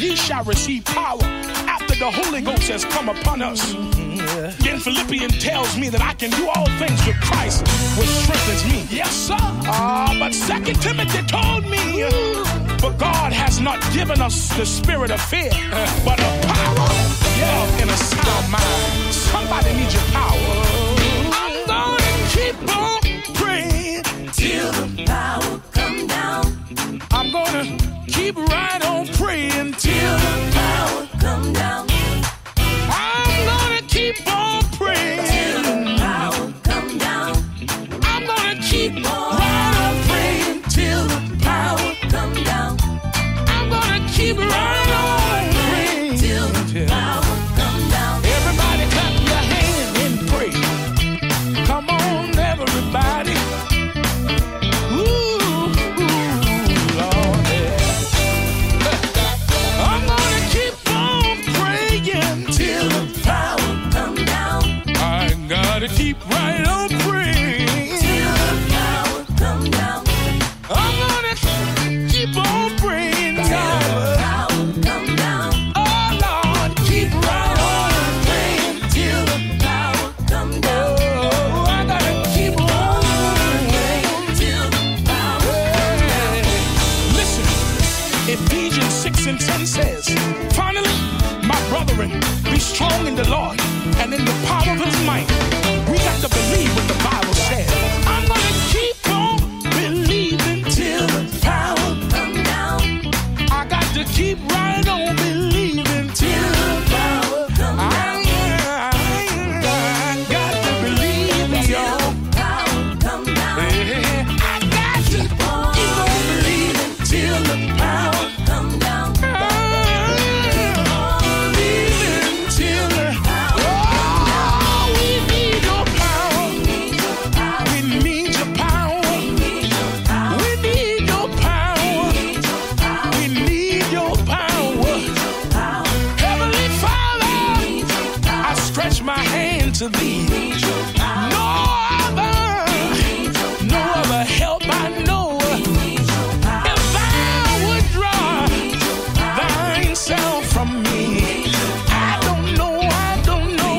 B: we shall receive power after the Holy Ghost has come upon us. Then Philippians tells me that I can do all things with Christ, which strengthens me. Yes, sir. Ah, but Second Timothy told me, for God has not given us the spirit of fear, but of power, love, and a sound mind. Somebody needs your power. I'm gonna keep on praying till the power come down. I'm gonna keep right on praying till the power come down. I'm gonna keep on praying till the power come down. I'm gonna keep on right on praying till the power come down. I'm gonna keep right on praying till the power come down. Everybody clap your hand and pray. Come on, everybody. Ooh, Lord, yeah. I'm gonna keep on praying till the power come down. I gotta keep right on praying till the power come down. I'm gonna keep on praying till the power come down. Oh Lord, keep right on praying till the power come down. Oh, I gotta keep on praying till the power come down. Listen, Ephesians 6 and 10 says, Finally, my brethren, be strong in the Lord and in the power of his might. We got to believe what the Bible says. I'm going to keep on believing till the power come down. I got to keep right on believing till the power come down. I got to believe, y'all. Power come down. I got to keep on, believing till the power come down. Believing till the oh, we need your power. We need your power. We need your power. We need your power. Heavenly Father, I stretch my hand to thee. No other, no other help I know. If thou would draw thyself from me, I don't know, I don't know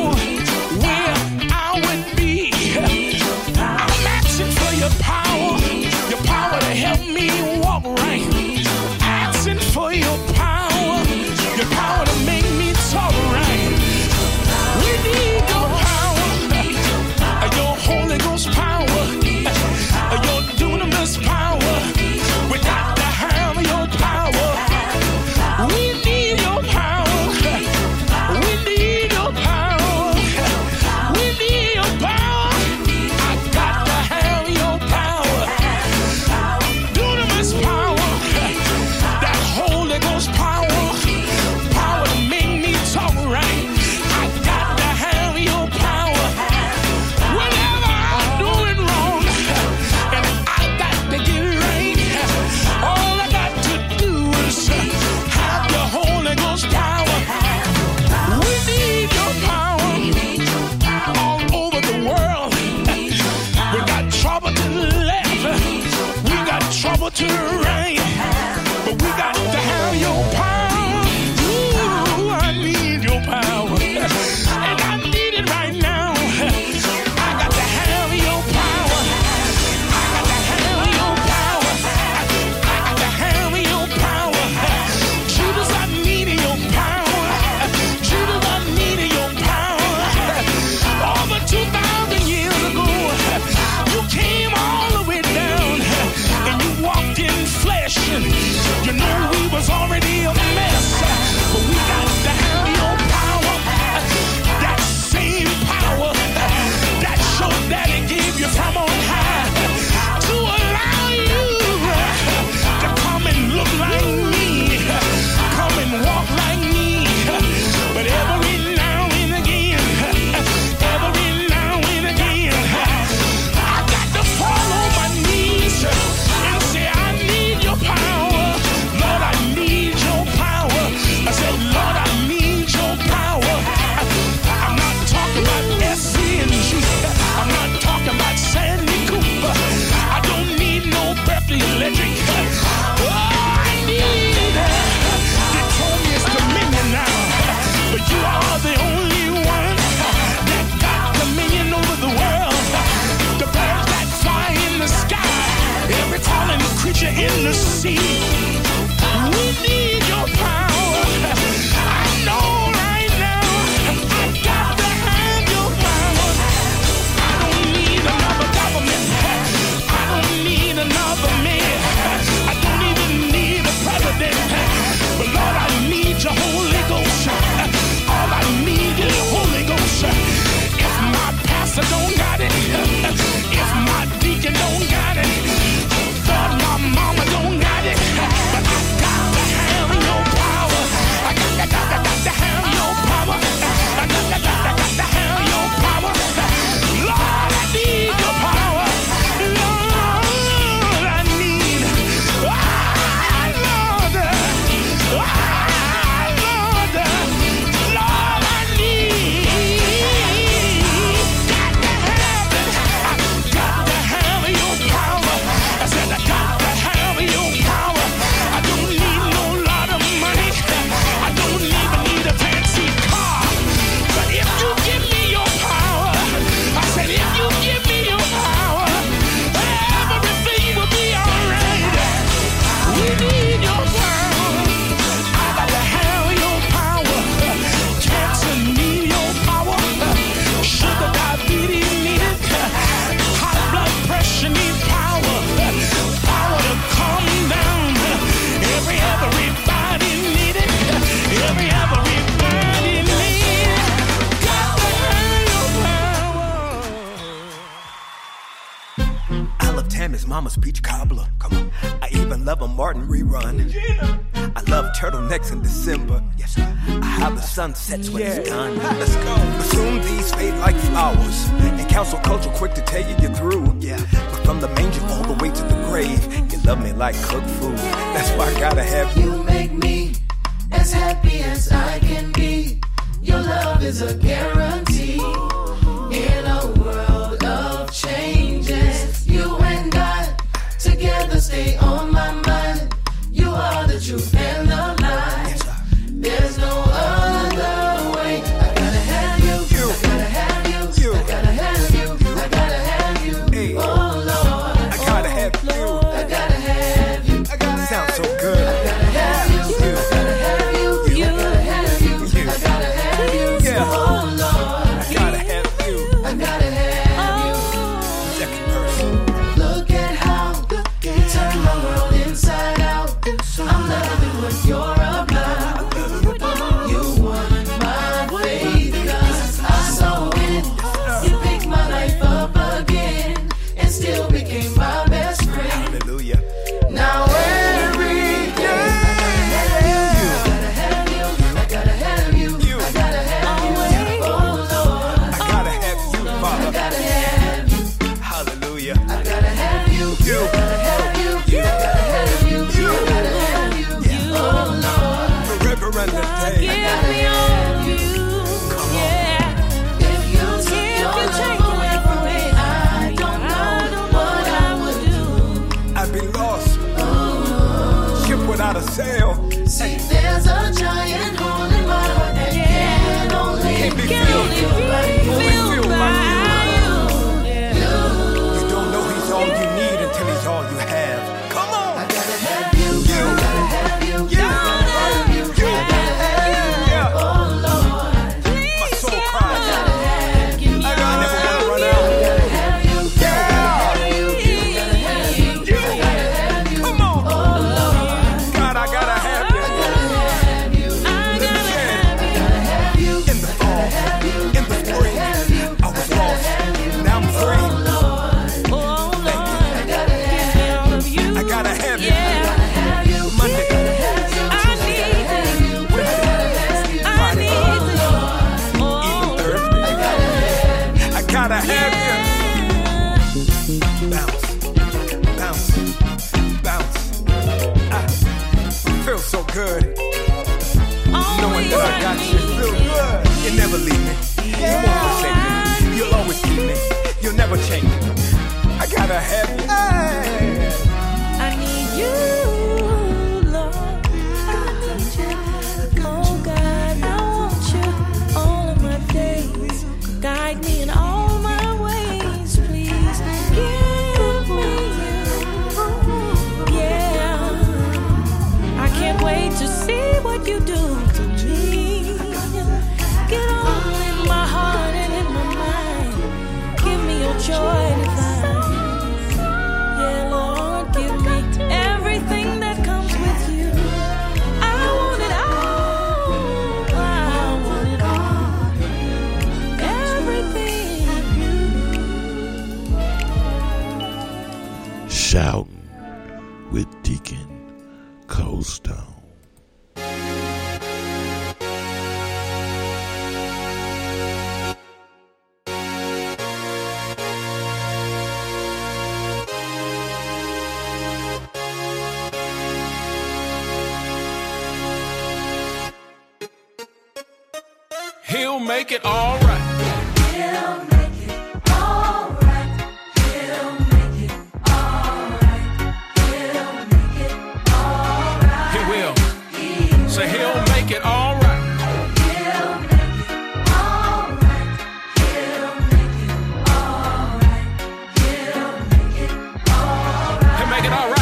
B: where I would be. I'm asking for your power, your power to help me walk right. Asking for your power, your power to make me talk right. We need your power. Oh,
C: Ham is mama's peach cobbler. Come on. I even love a Martin rerun. I love turtlenecks in December. Yes, sir. I have the sunsets when it's gone. Let's go. But soon these fade like flowers. And council culture quick to tell you you're through. Yeah. But from the manger all the way to the grave, you love me like cooked food. That's why I gotta have you.
B: make me as happy as I can be. Your love is a guarantee. In a world of changes, you and God together stay on my mind. You are the truth and the light. There's no other way. I gotta have you. I gotta have you. I gotta have you. I gotta have you. Oh Lord. Oh, I gotta have you. I gotta have you. I gotta
C: Sounds so good.
B: have you. I gotta have you. I gotta have you. I gotta have you.
C: Yeah.
B: Oh Lord.
C: I gotta have you.
B: I gotta have you. Look at how you turn my world inside out. I'm loving what you're about. You won my faith, 'cause I saw it. You picked my life up again and still became my best friend.
C: Hallelujah.
B: Now every day I gotta have you, I gotta have you, oh Lord.
C: I gotta have you, Father.
B: I gotta have you,
C: Hallelujah.
B: I gotta have you, I gotta have you, I gotta have you, I gotta have you, oh Lord.
C: Forever and a day.
B: Give me all you, yeah. If you took your love away from me, I don't know what I would do.
C: I've been lost. Ship without a sail.
B: See, there's a giant hole in my heart that can only
C: Can't be
B: can
C: filled.
B: only filled by
C: Only filled by
B: you. You.
C: You don't know he's all you need until he's all you have. Come on.
B: I gotta have you. I gotta have you. I gotta have you. I gotta have you. Oh Lord,
C: My soul
B: I
C: cries.
B: gotta have you. I gotta have you. I gotta have you. I gotta have you. I gotta have you. I gotta have you. Come on. Oh Lord.
C: God, I gotta have you. In the fall. In the spring. I was lost. Now I'm free. Thank you. I gotta have you. Monday. Even Thursday. I gotta have you. Bounce, bounce, bounce. I feel so good. Knowing that I got you. Feel good. You never leave me. You won't forsake me. You'll always keep me. You'll never change me. I gotta have you.
B: I need you, Lord. Oh God, I want you all of my days. Guide me in all my ways, please. Give me you. Yeah. I can't wait to see what you do to me. Get all in my heart and in my mind. Give me your joy to find. Yeah, Lord, give me everything that comes with you. I want it all. I want it all. Everything.
A: Shouting with Deacon Cold Stone.
Q: He'll make it all right. He will. Say he'll make it all right. He'll make it all right.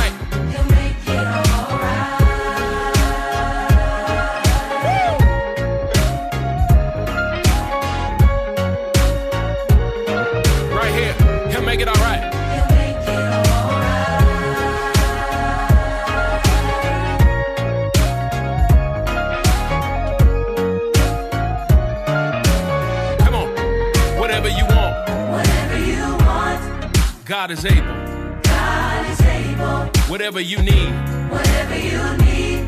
Q: Right here. He'll make it all right. Come on. Whatever you want, God is able.
B: God
Q: Whatever you need,
B: Whatever you need,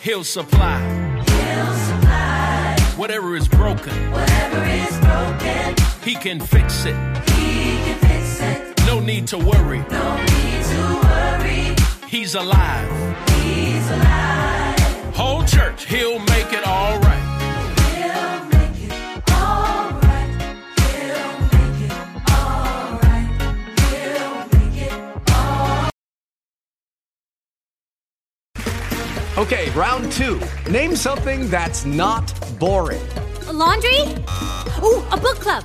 Q: He'll supply.
B: he'll supply.
Q: Whatever is broken,
B: Whatever is broken,
Q: He can fix it.
B: he can fix it.
Q: No need to worry.
B: No need to worry,
Q: He's alive.
B: he's alive.
Q: Whole church, He'll make it all right.
B: He'll make it all right. He'll make it all right. He'll make it all
T: Okay, round two. Name something that's not boring.
U: A laundry? Ooh, a book club.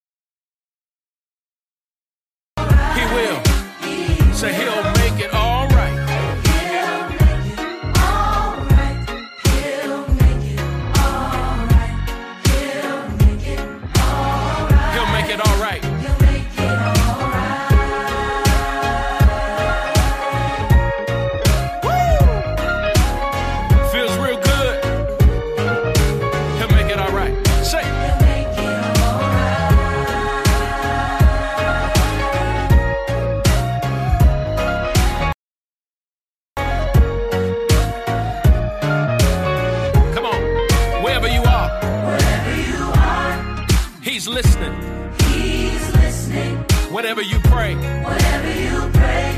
Q: He will. So He'll make it all right. He'll make it all right. Feels real good. He'll make it all right. Say. Come on, wherever you are. Wherever you are. He's listening.
B: right. He's listening.
Q: Whatever you pray.
B: Whatever you pray,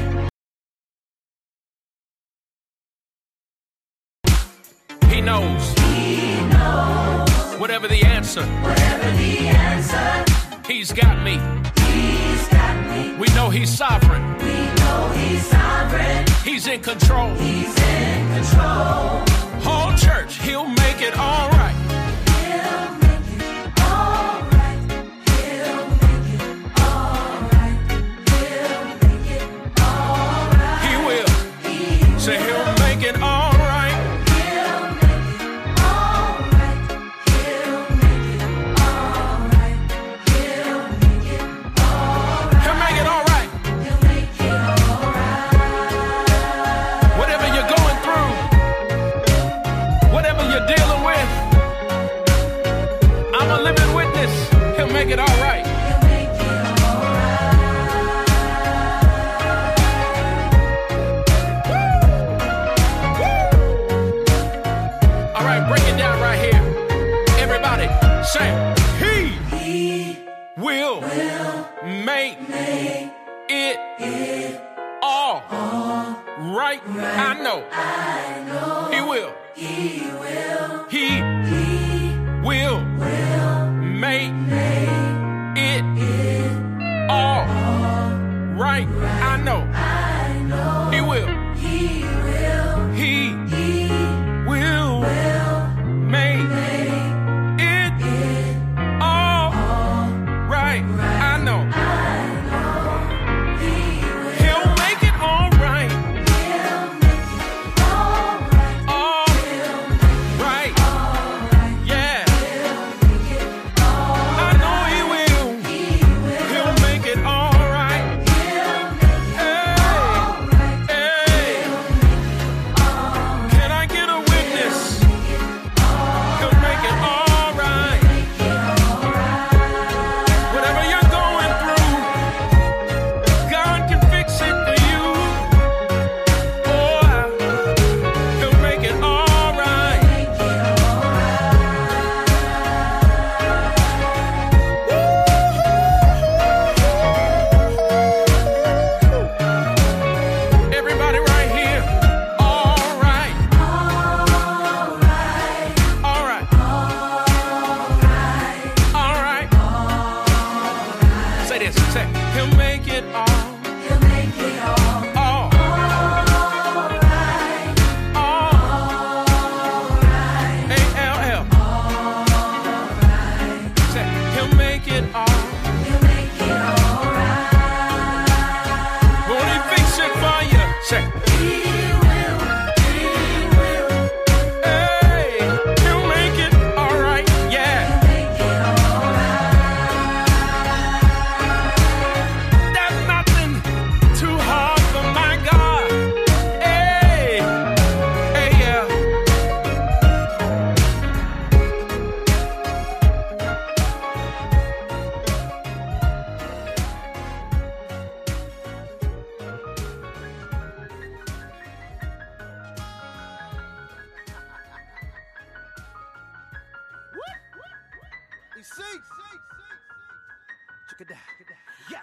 Q: He knows.
B: he knows.
Q: Whatever the answer,
B: Whatever the answer,
Q: He's got me.
B: he's got me.
Q: We know He's sovereign.
B: We know he's sovereign.
Q: He's in control.
B: He's in control.
Q: Whole church, He'll make it all right.
B: He'll make it all right. He'll make it all right. He'll make it all right.
Q: He will. Say He'll make it all right.
B: He'll make it all right. He'll make it all right. He'll make it all right.
Q: He'll make it all right.
B: He'll make it all right.
Q: Whatever you're going through,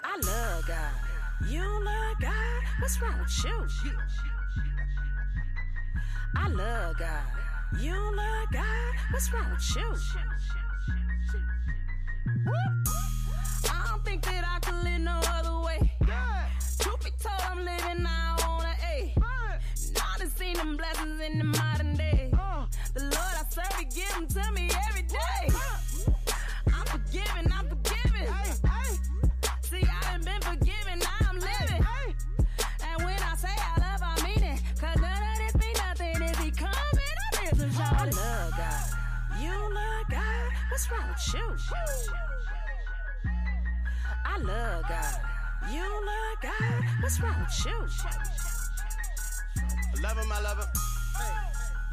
V: I love God. You love God? What's wrong with you? I love God. You love God? What's wrong with you? I don't think that I could live no other way. Truth be told, I'm living now on an A. Not have seen them blessings in the modern day. The Lord I serve, He give them to me every day. I'm forgiven, I'm forgiven. See, I done been forgiven, now I'm living. And when I say I love, I mean it. Cause none of this be nothing if he comes and I miss him, y'all. I love Oh, God. You love God? What's wrong with you? I love God. You love God? What's wrong with you?
W: Love him, I love him.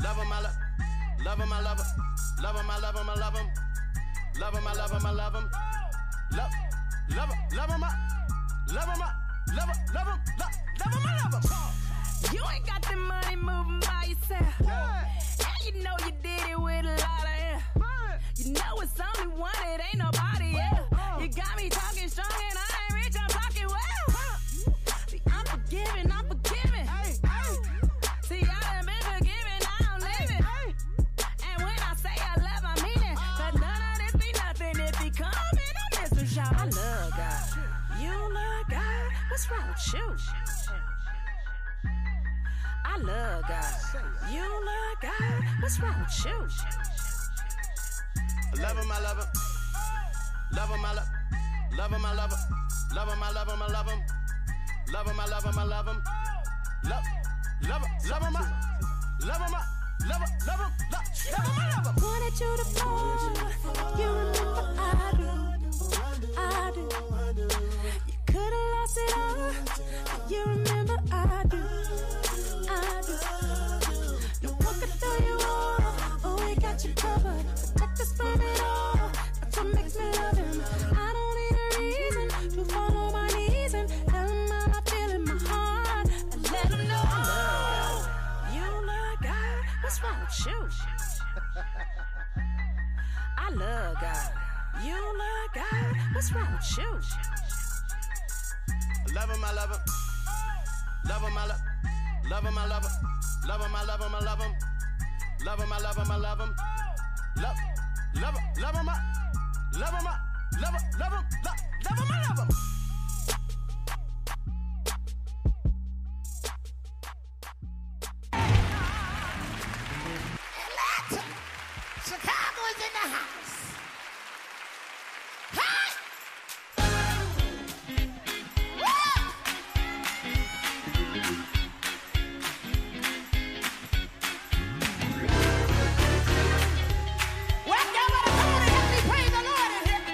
W: Love him, I love Love him, I love him. Love him, I love him, I love him. Love him, I love him, I love him. Love, love him, love him, I love him, I love him, love him, love, love him, I love him.
V: You ain't got the money moving by yourself. And you know you did it with a lot of air. You know it's only one, it ain't nobody else. You got me talking strong and I ain't rich, I'm talking well. See, I'm forgiving, I'm forgiving. See, I done been forgiven, now I'm living. And when I say I love, I mean it. Cause none of this be nothing if he come and I miss him, y'all. I love God. You love God? What's wrong with you? I love God. You love God? What's wrong with you?
W: Love him, I love him. Love him, I love Love him, I love him. Love him, I love him, I love him. Love him, I love him, I love him. Love, love him, love him, I love him, I love him, love him, love love him, I love him.
V: Wanted you to fall. You remember I do. I do. You could have lost it all. but You remember I do. I do. No one could throw you off. Oh, we got you covered. Protect us from it all. That's what makes me love him. I don't need a reason to fall on my knees and tell him how I feel in my heart. And let him know I love God. You love God. What's wrong with you? I love God. You love God. What's wrong with you?
W: Love him, I love him. Love him, I love Love him, I love him. Love him, I love him, I love him. Love him, I love him, I love him. Love, love him, love him, I love him, I love him, love him, love, love him, I love him.
B: Atlanta, Chicago is in the house. Hey! Woo! Whack down by the corner, help me praise the Lord in here.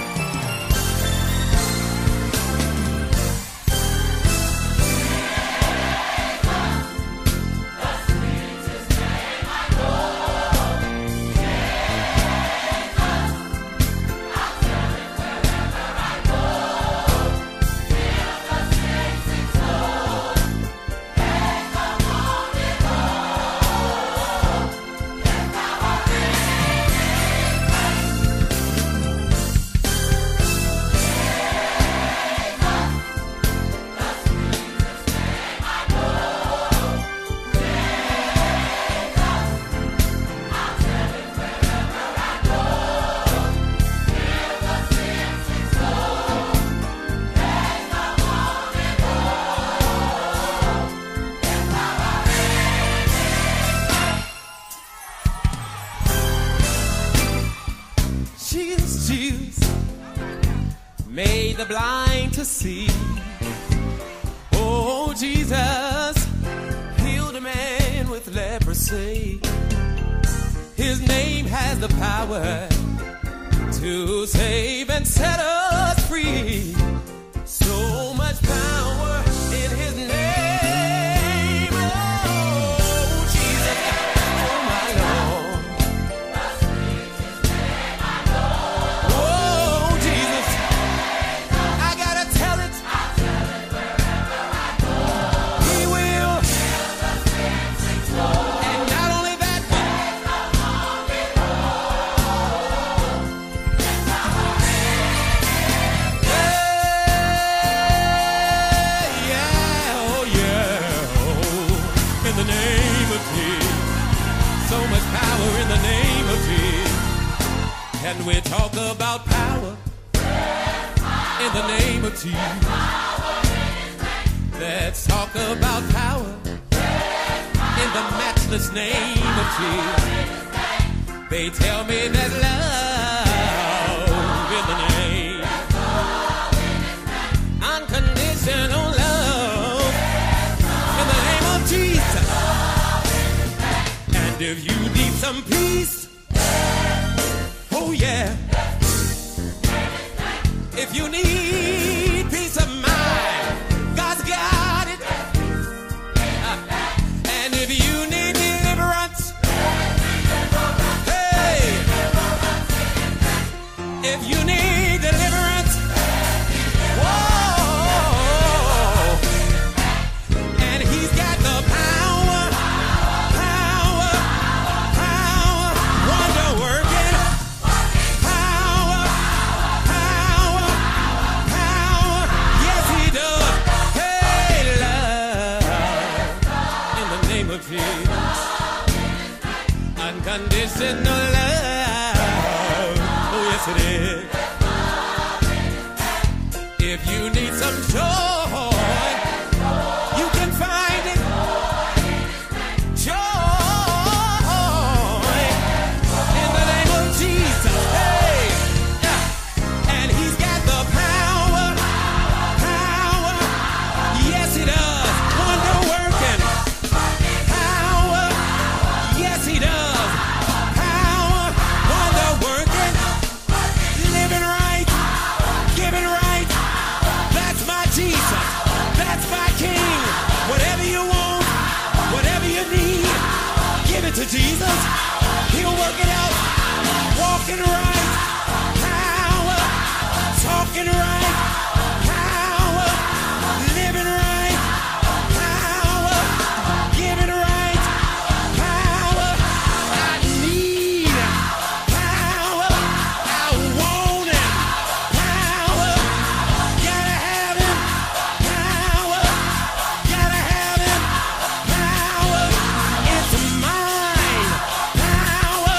B: Oh, Oh, oh, made the blind to see. Oh, Jesus healed a man with leprosy. His name has the power to save and set us free. So much power in his name. Oh, Jesus, oh my Lord. Oh, Jesus, I gotta tell it. He will. And not only that, yeah, oh yeah, oh, in the name of Jesus. So much power in the name of Jesus. Can we talk about power? In the name of Jesus. Let's talk about power. In the matchless name of Jesus. They tell me that love in the name. Unconditional love in the name of Jesus. And if you need some peace, oh yeah. If you need peace of mind, God's got it. Uh, And if you need deliverance, hey, if you need deliverance, whoa, and He's got the power, power, power, wonder working, power, power, power, yes He does. Hey, love, in the name of Jesus, unconditional love. Oh yes, it is. If you need some joy, you can find it. Joy in the name of Jesus. Hey, yeah. and He's got the power, power. Yes, He does. Wonder working power. Yes, He does. Power, wonder working. Living right, giving right. That's my Jesus. That's my King. Whatever you want, whatever you need, give it to Jesus. He'll work it out. Walking right, power. Talking right, power. Living right, power. Giving right, power. I need power. I want it. Power. Gotta have it. Power. Gotta have it. Power. It's mine. Power.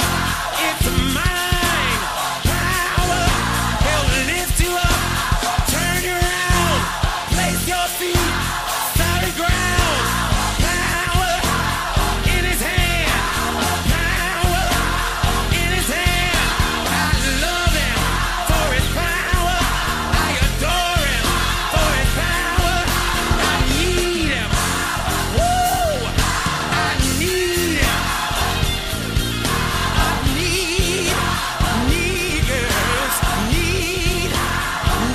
B: It's mine. Power. It'll lift you up. Turn you around. Place your feet. Solid ground. Power. In his hand. Power. In his hand. I love him for his power. I adore him for his power. I need him. Woo! I need him. I need, need, yes, need,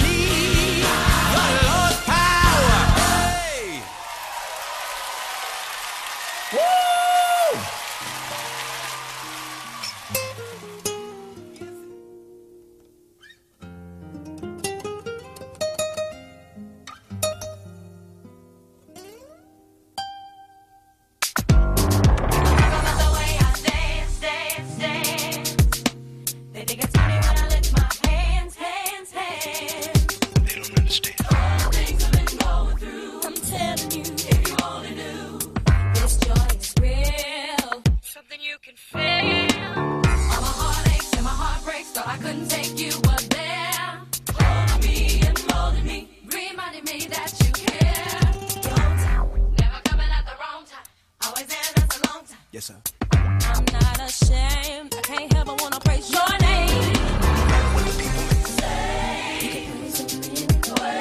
B: need the Lord's power. Hey! Woo!
D: Yes, sir.
V: I'm not ashamed. I can't help but wanna praise your name. You can praise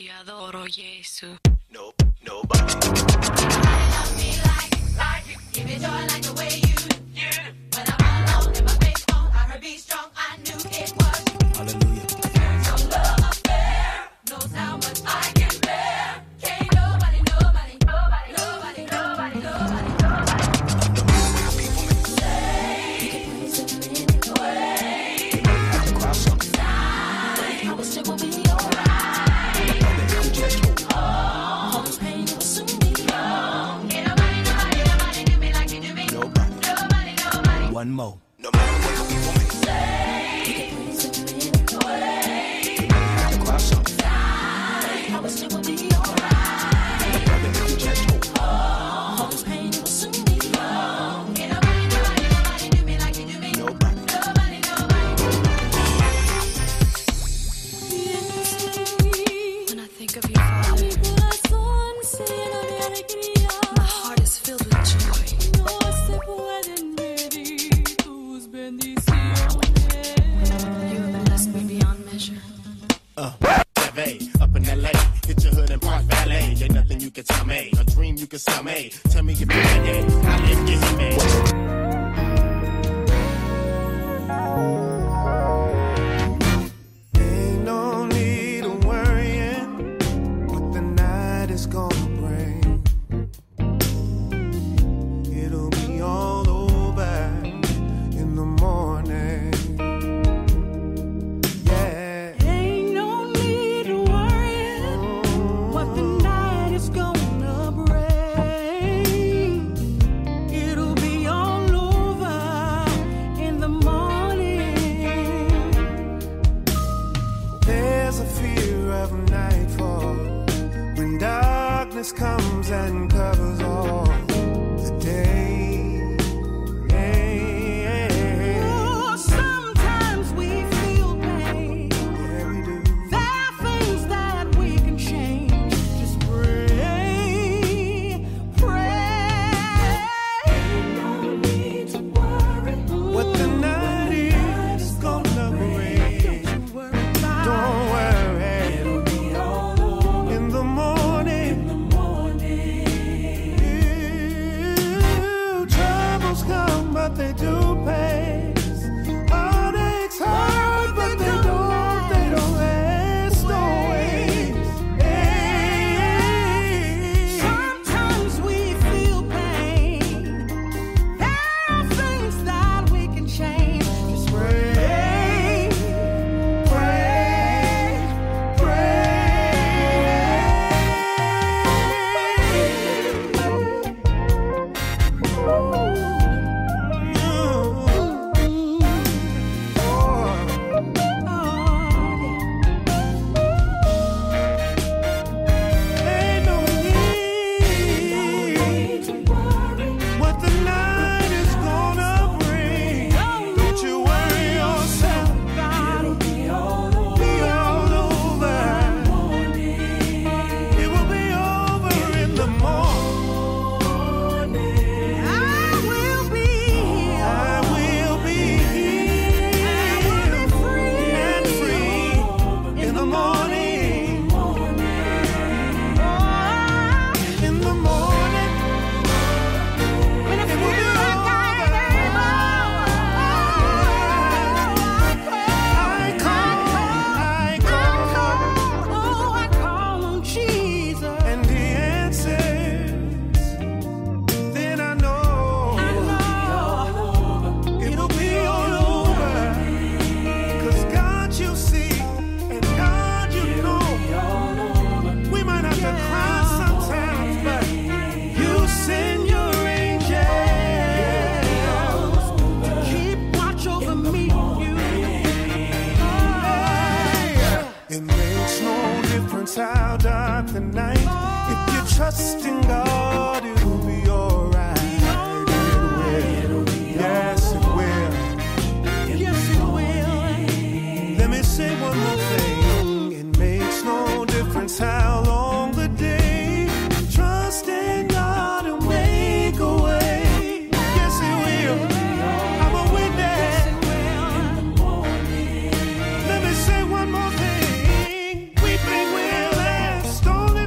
X: Yesu.
N: No, nobody.
Q: Love me like, like you. Give me joy like the way you do. When I'm alone and my faith won't, I be strong. I knew it was.
N: Hallelujah.
Q: Your love affair knows how much I can bear. Can't nobody, nobody, nobody, nobody, nobody, nobody, nobody. I wish it would be alright. All this pain will soon be gone. Ain't nobody, nobody, nobody do me like you do me. Nobody, nobody.
N: One more.
Q: I wish it would be alright. All this pain will soon be gone. Ain't nobody, nobody, nobody do me like you do me. Nobody, nobody.
X: When I think of you, Father, my heart is filled with joy. You have blessed me beyond measure.
N: Uh, cafe, up in LA, hit your hood and park valet. Ain't nothing you can tell me, a dream you can sell me. Tell me if you can, yeah, I live this man.
L: Ain't no need of worrying what the night is gonna bring. It'll be all over in the morning. Yeah.
B: Ain't no need to worrying what the night is gonna bring. It'll be all over in the morning.
L: There's a fear of nightfall when darkness comes and covers all the day.
B: Oh, sometimes we feel pain. There are things that we can change. Just pray, pray. No need to worry.
L: What the night is gonna bring. Don't worry. It'll be all over in the morning. Ew, Troubles come, but they do pass. Heartaches hurt, but they don't. They don't last always. Hey.
B: Sometimes we feel pain. There are things that we can change. Just pray, pray,
L: Ain't no need what the night is gonna bring. Don't you worry yourself. It'll be all over. It will be over in the morning. I will be here. I will be here. And free in the morning. In the morning. We might have to cry sometimes, but you send your angels to keep watch over me. You. It makes no difference how dark the night. If you trust in God, it'll be alright. It will. Yes, it will. Yes, it will. Let me say one more thing. It makes no difference how long the day. Trust in God and make a way. Yes, it will. I'm a witness. Let me say one more thing. Weeping will last only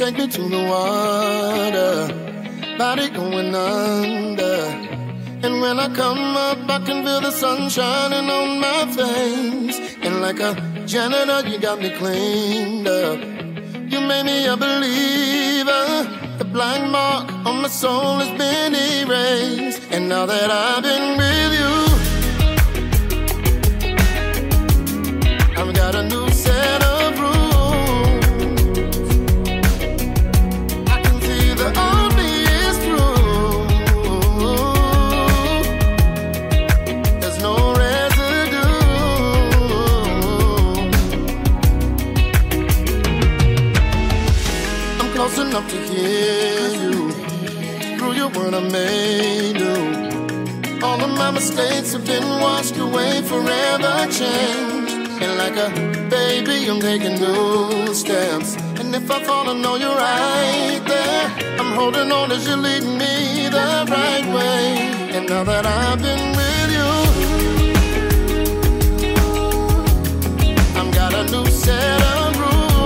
B: Take me to the water, body going under. And when I come up, I can feel the sun shining on my face. And like a janitor, you got me cleaned up. You made me a believer. The blank mark on my soul has been erased. And now that I've been with you, I've got a new set of rules. enough to hear you. Through your word, I made you. All of my mistakes have been washed away, forever changed. And like a baby, I'm taking new steps. And if I fall, I know you're right there. I'm holding on as you lead me the right way. And now that I've been with you, I've got a new set of rules.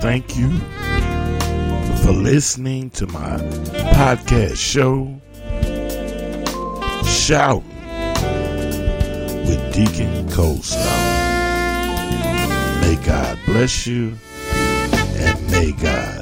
Y: thank you for listening to my podcast show, Shout with Deacon Coldstone. May God bless you and may God